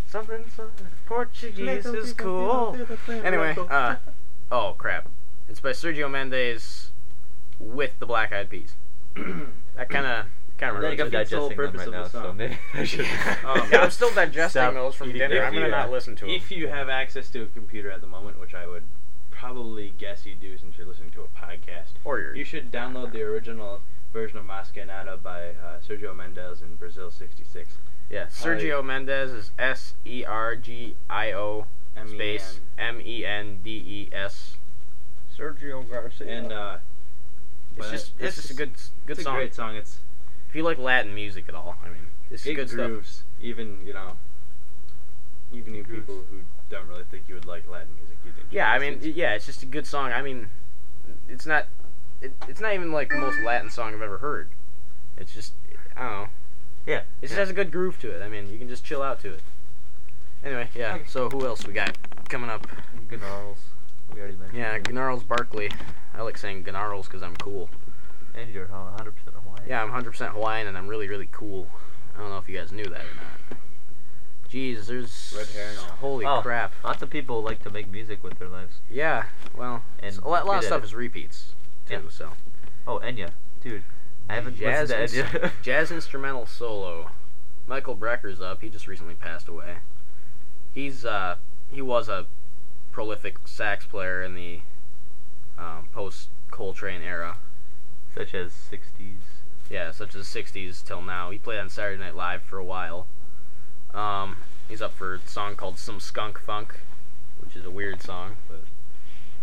Something, something Portuguese is cool. Anyway, uh, oh crap, it's by Sergio Mendes with the Black Eyed Peas. that kind of kind of I think I'm That's the sole digesting them purpose right of the now, so song. maybe I should. Um, yeah, I'm still digesting Stop those from eating dinner. them. I'm gonna Yeah. not listen to them. If you have access to a computer at the moment, which I would probably guess you do since you're listening to a podcast, or your You should download the original version of Mascanada by uh, Sergio Mendes in Brazil 66. yeah, Sergio Mendes is S E R G I O M-E-N. space M E N D E S. Sergio Garcia. And uh, it's but just it's, just a good good it's song. a great song. It's If you like Latin music at all, I mean, it's it good stuff. grooves. Even you know, even you people who don't really think you would like Latin music, you'd enjoy Yeah, I it. mean, It's- yeah, it's just a good song. I mean, it's not it, it's not even like the most Latin song I've ever heard. It's just I don't know. Yeah. It just yeah. has a good groove to it. I mean, you can just chill out to it. Anyway, yeah. Okay. So who else we got coming up? Gnarls. We already mentioned. Yeah, Gnarls Barkley. I like saying Gnarls because I'm cool. And you're 100% Hawaiian. Yeah, I'm 100% Hawaiian and I'm really, really cool. I don't know if you guys knew that or not. Jeez, there's Red hair and all. Holy Oh. crap! Lots of people like to make music with their lives. Yeah, well, And and a lot, lot of good at stuff it. is repeats too. Yeah. So Oh, Enya, dude, I haven't jazz, listened to ins- Enya. jazz instrumental solo. Michael Brecker's up. He just recently passed away. He's uh he was a prolific sax player in the um, post Coltrane era. Such as '60s. yeah, such as the '60s till now. He played on Saturday Night Live for a while. Um, he's up for a song called "Some Skunk Funk," which is a weird song, but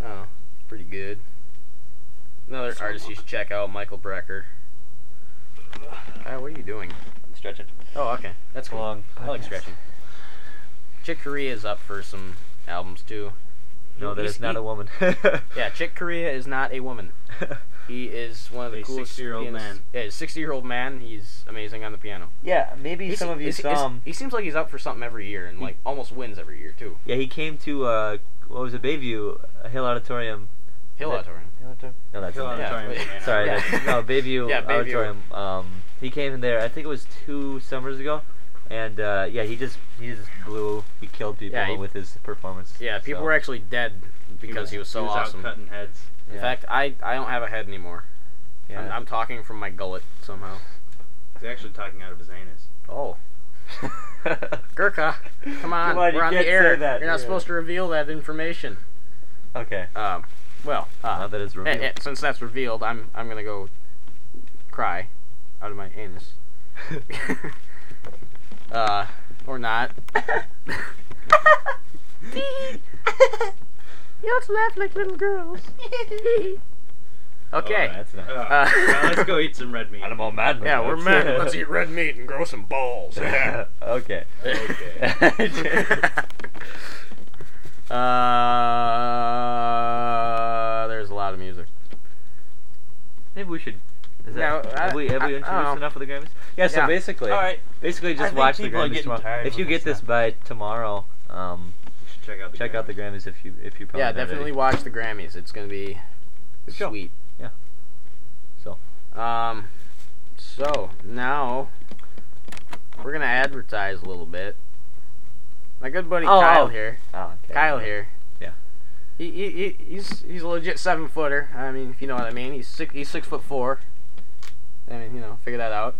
I don't know, pretty good. Another Some artist you should check out, Michael Brecker. Uh, what are you doing? I'm stretching. Oh, okay, that's cool. Long I like podcast. stretching. Chick Corea is up for some albums too. No, that He's- is not he- a woman. Yeah, Chick Corea is not a woman. He is one of the A coolest. 60-year-old pianists- man. Yeah, he's a sixty-year-old man. He's amazing on the piano. yeah, maybe He's- some of um, you he's- saw he's- him. He seems like he's up for something every year and like almost wins every year too. Yeah, he came to uh, what was it, Bayview uh, Hill Auditorium. Hill Is it- Auditorium. Hill Auditorium? No, that's Hill not it. Auditorium, Yeah. Oh, man. Sorry, Yeah. that's, no Bayview Yeah, Bayview. Auditorium. Um, he came in there. I think it was two summers ago, and uh, yeah, he just he just blew. He killed people Yeah, he- with his performance. Yeah, people so. were actually dead because he was, so he was awesome. out cutting heads. In Yeah. fact, I, I don't have a head anymore. Yeah. I'm, I'm talking from my gullet somehow. He's actually talking out of his anus. Oh, Gurkha, come on, Come on, you we're on can't the air. say that, You're not yeah. supposed to reveal that information. okay. Um, well, uh, Now Ah, that is eh, revealed. eh, since that's revealed, I'm I'm gonna go cry out of my anus. uh, or not. you all laugh like little girls. okay. Uh, Oh, that's not. Ugh. Now let's go eat some red meat. Animal madness. yeah, we're men. Let's eat red meat and grow some balls. okay. Okay. uh, there's a lot of music. Maybe we should. Is that, No, I- have we have I- we I don't introduced know. enough of the Grammys? Yeah. So Yeah. basically, basically I just think watch the people are Grammys getting tomorrow. tired If of you this get this stuff. by tomorrow, um, You should check out the check out the Grammys. Grammys if you if you probably yeah, not definitely already. watch the Grammys. It's gonna be Good show. sweet. Yeah. So. Um. So now we're gonna advertise a little bit. My good buddy Oh, Kyle oh. here. Oh, okay. Kyle here. Yeah. He, he, he he's he's a legit seven footer. I mean, if you know what I mean. He's six he's six foot four. I mean, you know, figure that out.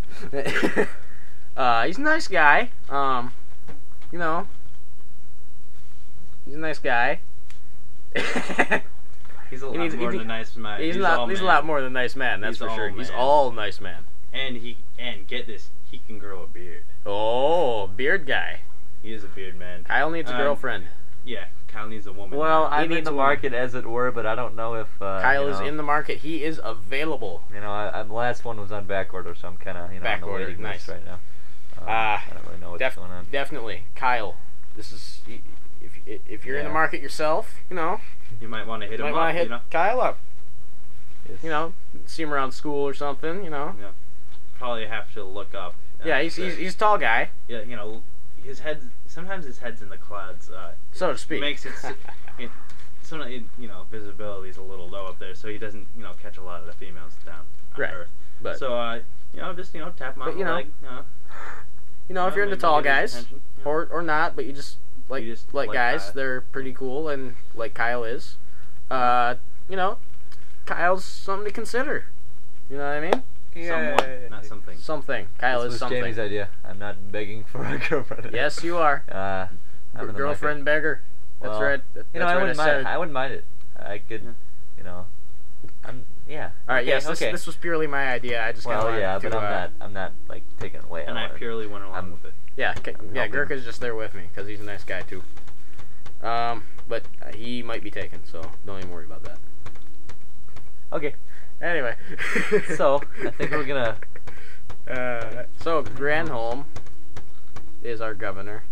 uh, he's a nice guy. Um, you know, he's a nice guy. He's a lot needs- he more need- than nice man. he's all not. He's a man. lot more than nice man. That's He's for all sure. He's man. all nice man. And he and get this, he can grow a beard. Oh, beard guy. He is a beard man. Kyle needs a Um, girlfriend. Yeah, Kyle needs a woman. Well, He I'm in needs the a woman. market as it were, but I don't know if uh, Kyle you is know, in the market. He is available. You know, I, I'm the last one was on back order, so I'm kind of you know on Backorder, the waiting nice. list right now. Uh, Ah, I don't really know what's def- going on. Definitely, Kyle. This is if if you're in the Yeah. market yourself, you know, you might want to hit you him might up. want to hit you know, Kyle up. Yes. You know, see him around school or something. You know. probably have to look up. uh, Yeah, he's the- he's, he's a tall guy, yeah, you know, his head's sometimes his head's in the clouds. Uh, so to speak. makes it, s- it sometimes it, you know visibility's a little low up there, so he doesn't you know catch a lot of the females down on Right, Earth. but so uh, you know, just you know, tap him But, on you the know, leg. You know, you know, if you're into maybe tall get his guys, attention, you know. or or not, but you just like You just like, like guys, Kyle. they're pretty cool, and like Kyle is, uh, you know, Kyle's something to consider. You know what I mean? someone, not something. Something. Kyle this is was something. Jamie's idea. I'm not begging for a girlfriend. Yes, you are. Uh, I'm in the girlfriend beggar. That's Well, right. That's Market. You know, I right. wouldn't I mind. said it. I wouldn't mind it. I could, Yeah. you know, I'm yeah. All right. Okay, yes. This, okay. this was purely my idea. I just kind well, of yeah, to, but I'm uh, not. I'm not like taking it away. and I wanna- purely went along I'm- with it. Yeah. K- I'm yeah. helping. Gurkha's just there with me because he's a nice guy too. Um, but uh, he might be taken, so don't even worry about that. Okay, Anyway. so I think we're gonna. Uh, so Granholm is our governor.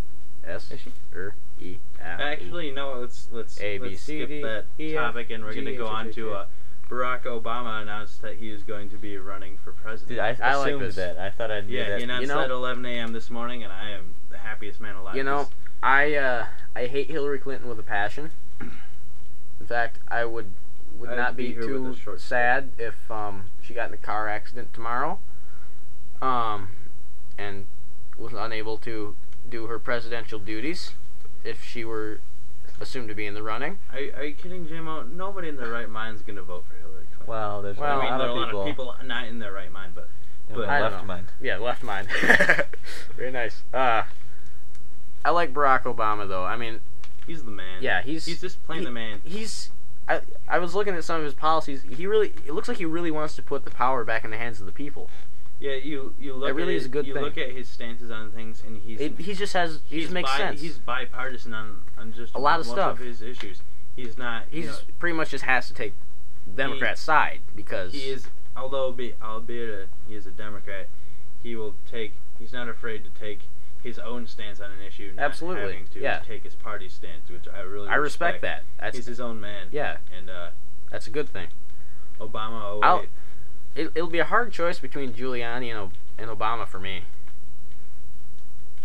S Is she? er E F. E. Actually, you know, what, let's let's, A, B, let's C, skip D, that E, F, topic, and we're G, going to go H, on I, J. to uh, Barack Obama announced that he is going to be running for president. Dude, I, I like assumed this. that. I thought I knew yeah, that. he announced You know- that at 11 a.m. this morning, and I am the happiest man alive. You know, This- I uh, I hate Hillary Clinton with a passion. In fact, I would would I'd not be be, here with too a short sad if um, she got in a car accident tomorrow, um, and was unable to do her presidential duties if she were assumed to be in the running. are, are you kidding, JMO? Nobody in their right mind's going to vote for Hillary Clinton. Well, there's Well, I a mean, lot there are a of lot people. of people not in their right mind, but in but- my I don't left know. mind. Yeah, left mine. Very nice. Uh, I like Barack Obama though. I mean, he's the man. yeah, he's just plain he- the man. he's I, I was looking at some of his policies. He really it looks like he really wants to put the power back in the hands of the people. Yeah, you you look. That really at is a good You thing. look at his stances on things, and he's It, he just has. He just makes bi- sense. He's He's, bipartisan on, on just A lot of most stuff. his issues. He's not. you know, pretty much just has to take Democrat side because he is although be, albeit a, he is a Democrat, he will take. He's not afraid to take his own stance on an issue. Not Absolutely, having to yeah. take his party stance, which I really I respect that. That's He's his own man. yeah. and uh, That's a good thing. Obama. I'll- 08. It, it'll be a hard choice between Giuliani and, O- and Obama for me.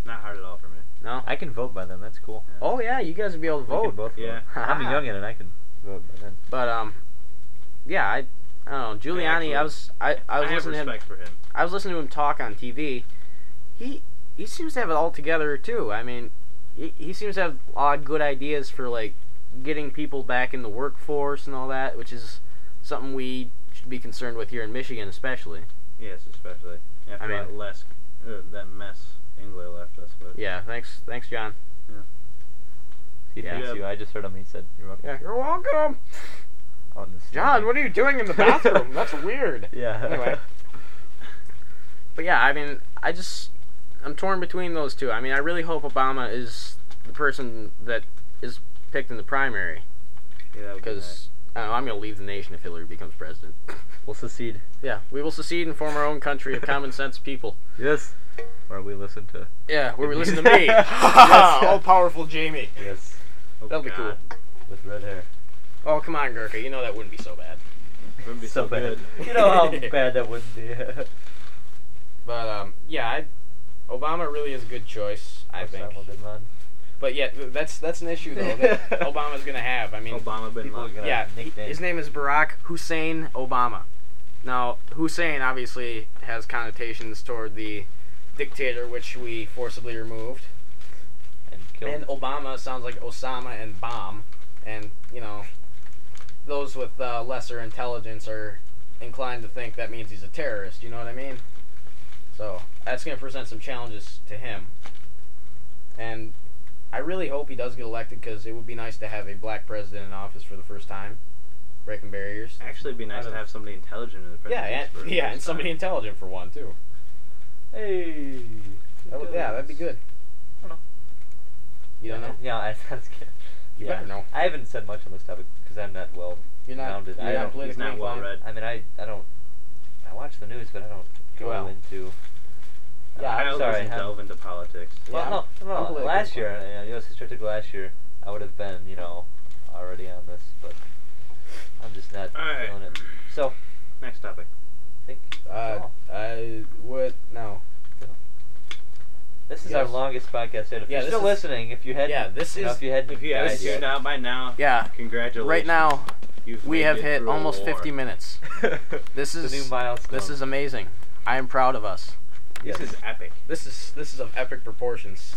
Not hard at all for me. No. I can vote by then. That's cool. Oh yeah, you guys would be able to We can vote. both Yeah. vote. I'm a youngin and I can vote by then. But um, yeah, I, I don't know. Giuliani, actually, I was I, I was have listening to him. respect for him. I was listening to him talk on TV. He he seems to have it all together too. I mean, he, he seems to have odd good ideas for like getting people back in the workforce and all that, which is something we should be concerned with here in Michigan, especially. Yes, especially after mean- that less uh, that mess England left us with. Yeah. Thanks. Thanks, John. He Yeah. thinks you. I just heard him. He said you're welcome. Yeah. You're welcome, on the John. What are you doing in the bathroom? That's weird. Yeah. Anyway. But yeah, I mean, I just I'm torn between those two. I mean, I really hope Obama is the person that is picked in the primary Yeah, that would be because I don't know, I'm going to leave the nation if Hillary becomes president. we'll secede. Yeah, we will secede and form our own country of common sense people. Yes. Or we listen to. Yeah, where we listen to me, Yes. all powerful Jamie. Yes. nice. Oh, That'll be cool. God. With red hair. Oh come on, Gurkha, you know that wouldn't be so bad. Wouldn't be so, good. you know how bad that would be. But um, yeah, I, Obama really is a good choice, I think. But yeah, th- that's that's an issue though that Obama's going to have. I mean, Obama bin People are Laden. gonna yeah, he- nickname. his name is Barack Hussein Obama. Now, Hussein obviously has connotations toward the dictator, which we forcibly removed. and kill. And Obama sounds like Osama and bomb, and you know, those with uh, lesser intelligence are inclined to think that means he's a terrorist. You know what I mean? So that's going to present some challenges to him. And I really hope he does get elected because it would be nice to have a black president in office for the first time, breaking barriers. Actually, it'd be nice to have somebody intelligent in the Yeah, presidency and, for the yeah, first and somebody time. intelligent for one too. hey. That would, yeah, that'd be good. I don't know. You don't know? Yeah, I, that's good. You yeah. better know. I haven't said much on this topic because I'm not well. You're not. Rounded. You're I not don't- he's He's politically not well inclined. read. I mean, I I don't. I watch the news, but I don't go Well. into. uh, Yeah, I I'm don't sorry. listen- I'm- delve into politics. Yeah, I'm- well, no, I'm no, politically last year, inclined. you know, you know, restricted to last year, I would have been, you know, already on this, but I'm just not Alright. feeling it. So, Next topic. I think Uh, I what? No. this is our yes. longest podcast yet. If Yeah, you're this still is- listening, if you had, yeah, this you know, is- if you had, If you guys haven't yet. tuned out by now, Yeah. congratulations. Right now, You've we made have it hit through a almost war. 50 minutes. This the new is milestone. this is amazing. I am proud of us. This Yes. is epic. This is this is of epic proportions.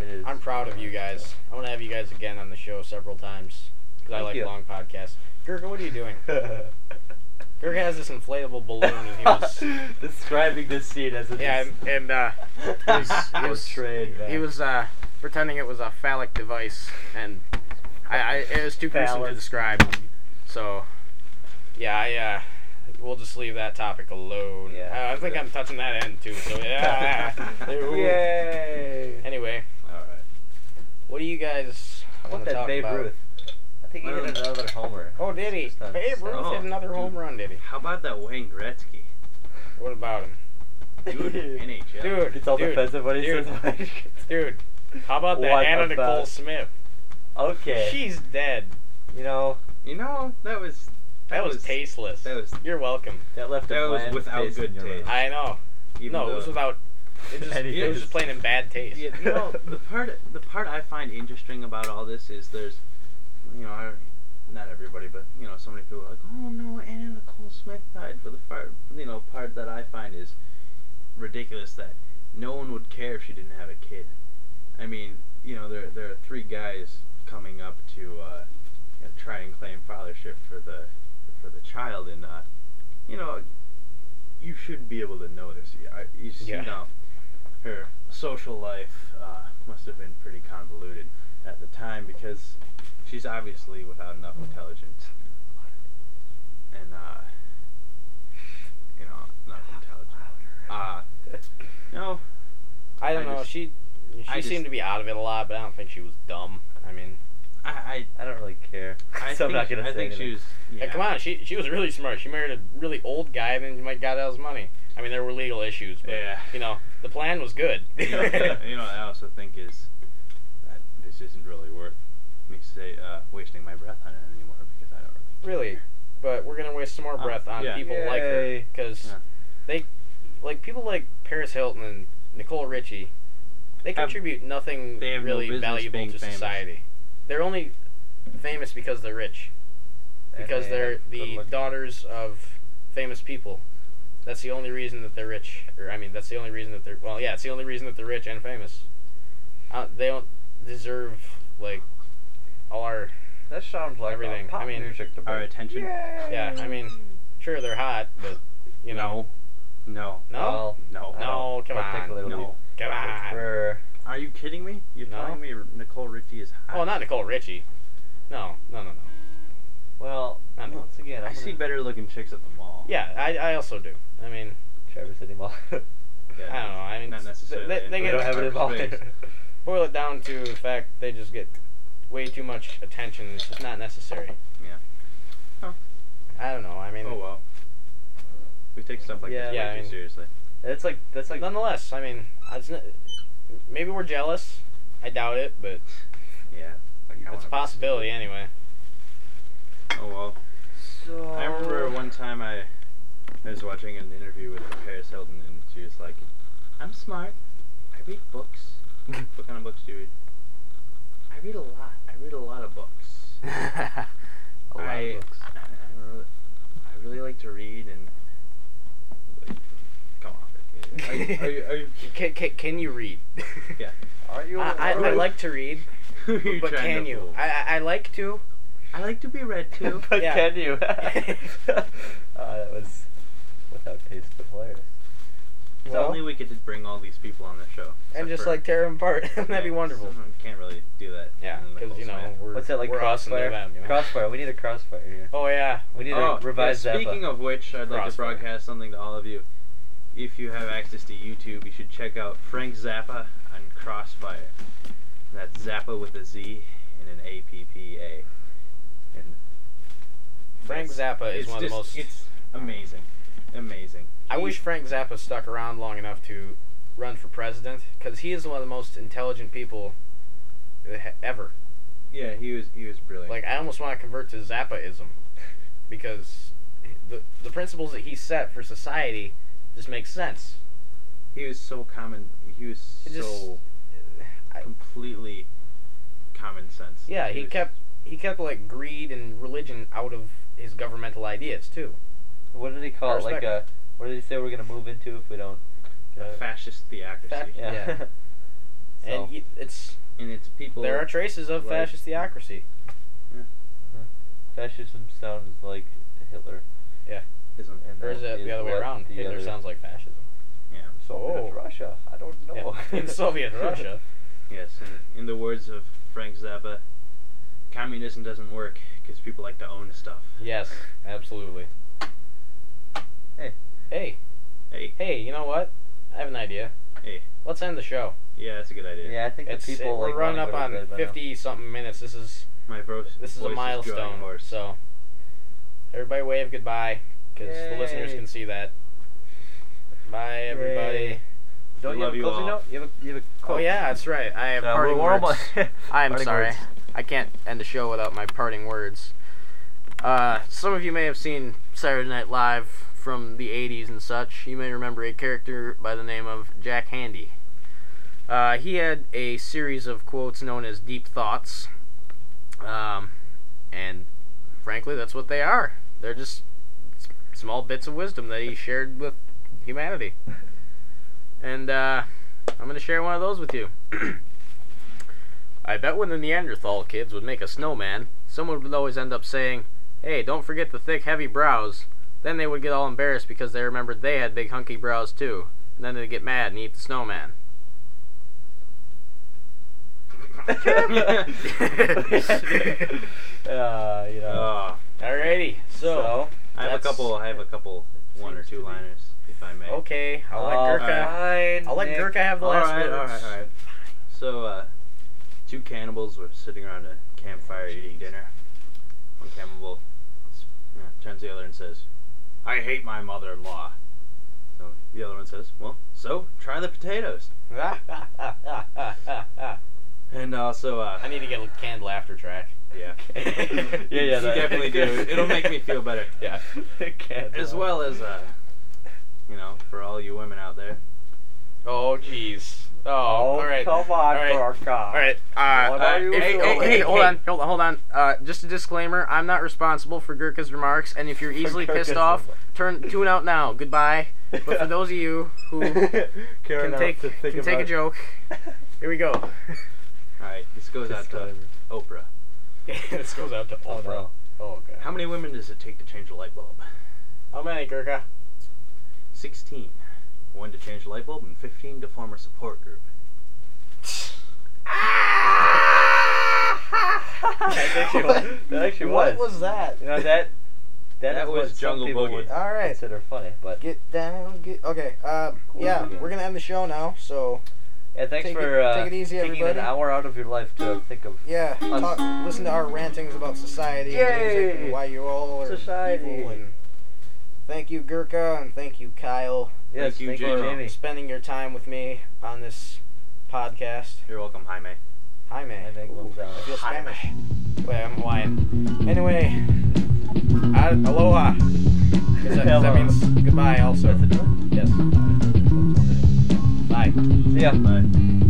It is. I'm proud of you guys. I want to have you guys again on the show several times because I Thank like you. long podcasts. Gurka, what are you doing? Gurka has this inflatable balloon and he was Describing this scene as it yeah is and, and uh, he was he was, portrayed. he man. was uh, pretending it was a phallic device and I, I it was too gruesome to Phallic. describe. So yeah, I uh, we'll just leave that topic alone. Uh, Yeah. I, I think I'm touching that end too. So yeah. Yay! Anyway, All right. what do you guys I want wanna that talk Babe about? Ruth. I think he Well, hit another homer. Oh, did he? It's just not- Babe Ruth Oh, hit another home run, did he? How about that Wayne Gretzky? What about him, Dude, NHL. dude? It's all dude, defensive when he dude, says like. Dude, how about that What Anna about- Nicole Smith? Okay. She's dead. you know You know that was That, was, tasteless. That was You're welcome. that left That a was bland without taste good in your taste. mouth. I know. even no, it though- was without. It, just, Any it was taste. just plain in bad taste. Yeah, you know, the part the part I find interesting about all this is there's, you know, I, not everybody, but you know, so many people are like, oh no, Anna Nicole Smith died. But the part, you know, part that I find is ridiculous that no one would care if she didn't have a kid. I mean, you know, there there are three guys coming up to uh, you know, try and claim fathership for the for the child, and uh, you know, you should be able to know this. You, I- you, s- Yeah. you know, her social life uh, must have been pretty convoluted at the time because she's obviously without enough intelligence, and uh, you know, not intelligent. Uh, no, I don't I know. just- she she I just- seemed to be out of it a lot, but I don't think she was dumb. I mean, I, I, I don't really care. I so think, I'm not gonna I say think anything. she was. Yeah. hey, come on, she she was really smart. She married a really old guy, and then she might got out his money. I mean, there were legal issues, but Yeah. you know, the plan was good. you know, you know what I also think is that this isn't really worth me say uh, wasting my breath on it anymore because I don't really. really, but we're gonna waste some more Oh, breath on yeah. people like her Yay. because Yeah. they like people like Paris Hilton and Nicole Richie. They Have- contribute nothing they have no really business valuable being to famous. society. They're only famous because they're rich. because they're the daughters of famous people. That's the only reason that they're rich, or I mean, that's the only reason that they're well, yeah, it's the only reason that they're rich and famous. Uh, they don't deserve like all our That sounds like um, a Everything. pop I mean- music Our attention. yeah. I mean, sure they're hot, but you know, No. no, No. No. come on. particularly No. come on. prefer- Are you kidding me? You're No. telling me Nicole Richie is hot? Oh, not Nicole Richie. No, no, no, no. Well, Not me. once again, I'm I see gonna- better looking chicks at the mall. Yeah, I, I also do. I mean, Traverse City Mall. I don't know. I mean, Not necessarily. They, they we get don't have it involved. Space. boil it down to the fact they just get way too much attention. It's just not necessary. Yeah. Huh. I don't know. I mean, Oh well. We take stuff like Yeah, this way yeah, I too mean- seriously. That's like that's like nonetheless, I mean, it's not, maybe we're jealous. I doubt it, but Yeah. Like, I it's a wanna- possibility anyway. Oh well. So I remember one time I, I was watching an interview with Paris Hilton, and she was like, "I'm smart. I read books. what kind of books do you read? I read a lot. I read a lot of books. a lot I, of books. I, I, really, I really like to read and. Come on. Are you, are you, are you, Can, can, can you read? yeah. Are you? I, I, I like to read, Who are you but trying can to you? fool? I, I I like to. I like to be read too. but Yeah. can you? uh, that was without taste, but hilarious. If Well, only we could just bring all these people on the show. and except just for- like tear them apart. That'd be Yeah, wonderful. someone Can't really do that. Yeah, in the because you Colts, know man. we're What's that like? we're us and they're crossfire. them, you know? Crossfire. We need a crossfire here. Oh yeah, We need Oh, to revise yeah, that. Speaking of which, I'd like to Crossfire. broadcast something to all of you. If you have access to YouTube, you should check out Frank Zappa on Crossfire. That's Zappa with a Z and an A P P A. And Frank it's- Zappa is it's one of the just- most. It's amazing, amazing. I He- wish Frank Zappa stuck around long enough to run for president because he is one of the most intelligent people eh, ever. Yeah, he was he was brilliant. Like I almost want to convert to Zappaism because the the principles that he set for society just make sense. he was so common. He was It just- so I- completely common sense. Yeah, he was- kept he kept like greed and religion out of his governmental ideas too. what did he call it? Like a? Respect. What did he say we're gonna move into if we don't? a fascist theocracy. uh, Fact- yeah. Yeah. So- And y it's and it's people. there are traces of Like- fascist theocracy. Fascism sounds like Hitler. isn't- And Or is that it the other way what around? the Hitler other- sounds like fascism. yeah. Soviet Oh. Russia. I don't know. Yeah. In Soviet Russia. Yes, in, in the words of Frank Zappa, communism doesn't work because people like to own stuff. Yes, absolutely. Hey. Hey. Hey, Hey, you know what? I have an idea. hey, Let's end the show. yeah, that's a good idea. Yeah, I think It's the people it- we're like running wanna up go to on bed by now. fifty something minutes. This is My bro- this is a voice growing milestone. hoarse. so everybody wave goodbye because the Yay. listeners can see that. Bye everybody. Yay. Don't you Love have a you closing all. note? You have a you have a Oh quote. yeah, that's right. I have So parting we're- we're words. almost- I am parting sorry. words. I can't end the show without my parting words. Uh, some of you may have seen Saturday Night Live from the 80s and such. You may remember a character by the name of Jack Handy. Uh, he had a series of quotes known as Deep Thoughts. Um, and frankly, that's what they are. They're just s- small bits of wisdom that he shared with humanity. And uh, I'm going to share one of those with you. I bet when the Neanderthal kids would make a snowman, someone would always end up saying, Hey, don't forget the thick, heavy brows. Then they would get all embarrassed because they remembered they had big, hunky brows too. And then they'd get mad and eat the snowman. uh, you Ah, know. Alrighty, so, I have a That's- couple. I have a couple one or two liners. If if I may. Okay, I'll let uh, Oh, Gurkha. I'll let Gurkha have the All last right, word. all right, all right. So, uh, two cannibals were sitting around a campfire eating dinner. One cannibal s- uh, turns to the other and says, "I hate my mother-in-law." So the other one says, "Well, so try the potatoes." And also, uh, I need to get a canned laughter track. yeah, yeah, Yeah, yeah, you that- definitely do. It'll make me feel better. Yeah. As well as, uh, you know, for all you women out there. Oh, jeez. Oh, all right. come on, All right. Gorka. All right. Uh, What uh, are you if- hey, doing? hey, Hey, hey, hold on, hold on, hold on. Uh, just a disclaimer: I'm not responsible for Gurkha's remarks, and if you're easily pissed off, turn tune out now. Goodbye. But for those of you who can Karen, take can take a joke, here we go. All right, this goes out to Oprah. this goes out to Oh, Oprah. no. Oh, God. How many women does it take to change a light bulb? How many, Gurkha? 16. One to change a light bulb and 15 to form a support group. that actually was. that? You know that. That, That is was what some Jungle people Boogie. would All right. consider funny, but Get down. Get okay. Uh, yeah, we're gonna end the show now. So yeah, thanks Take it- for uh, take it easy, taking everybody. an hour out of your life to think of yeah, Us. talk, listen to our rantings about society and music and Um, Yay. why you all are Society. evil. And thank you, Gurkha, and thank you, Kyle, Yes, Thank you, thank you, Jamie. Jamie. for spending your time with me on this podcast. You're welcome, Jaime. Hi, I man. think I feel Hi, Spanish. Wait, I'm Hawaiian. Anyway, I, aloha. 'Cause that, 'cause that Hello. means goodbye. Also, That's a deal. yes. Bye. See ya. Bye.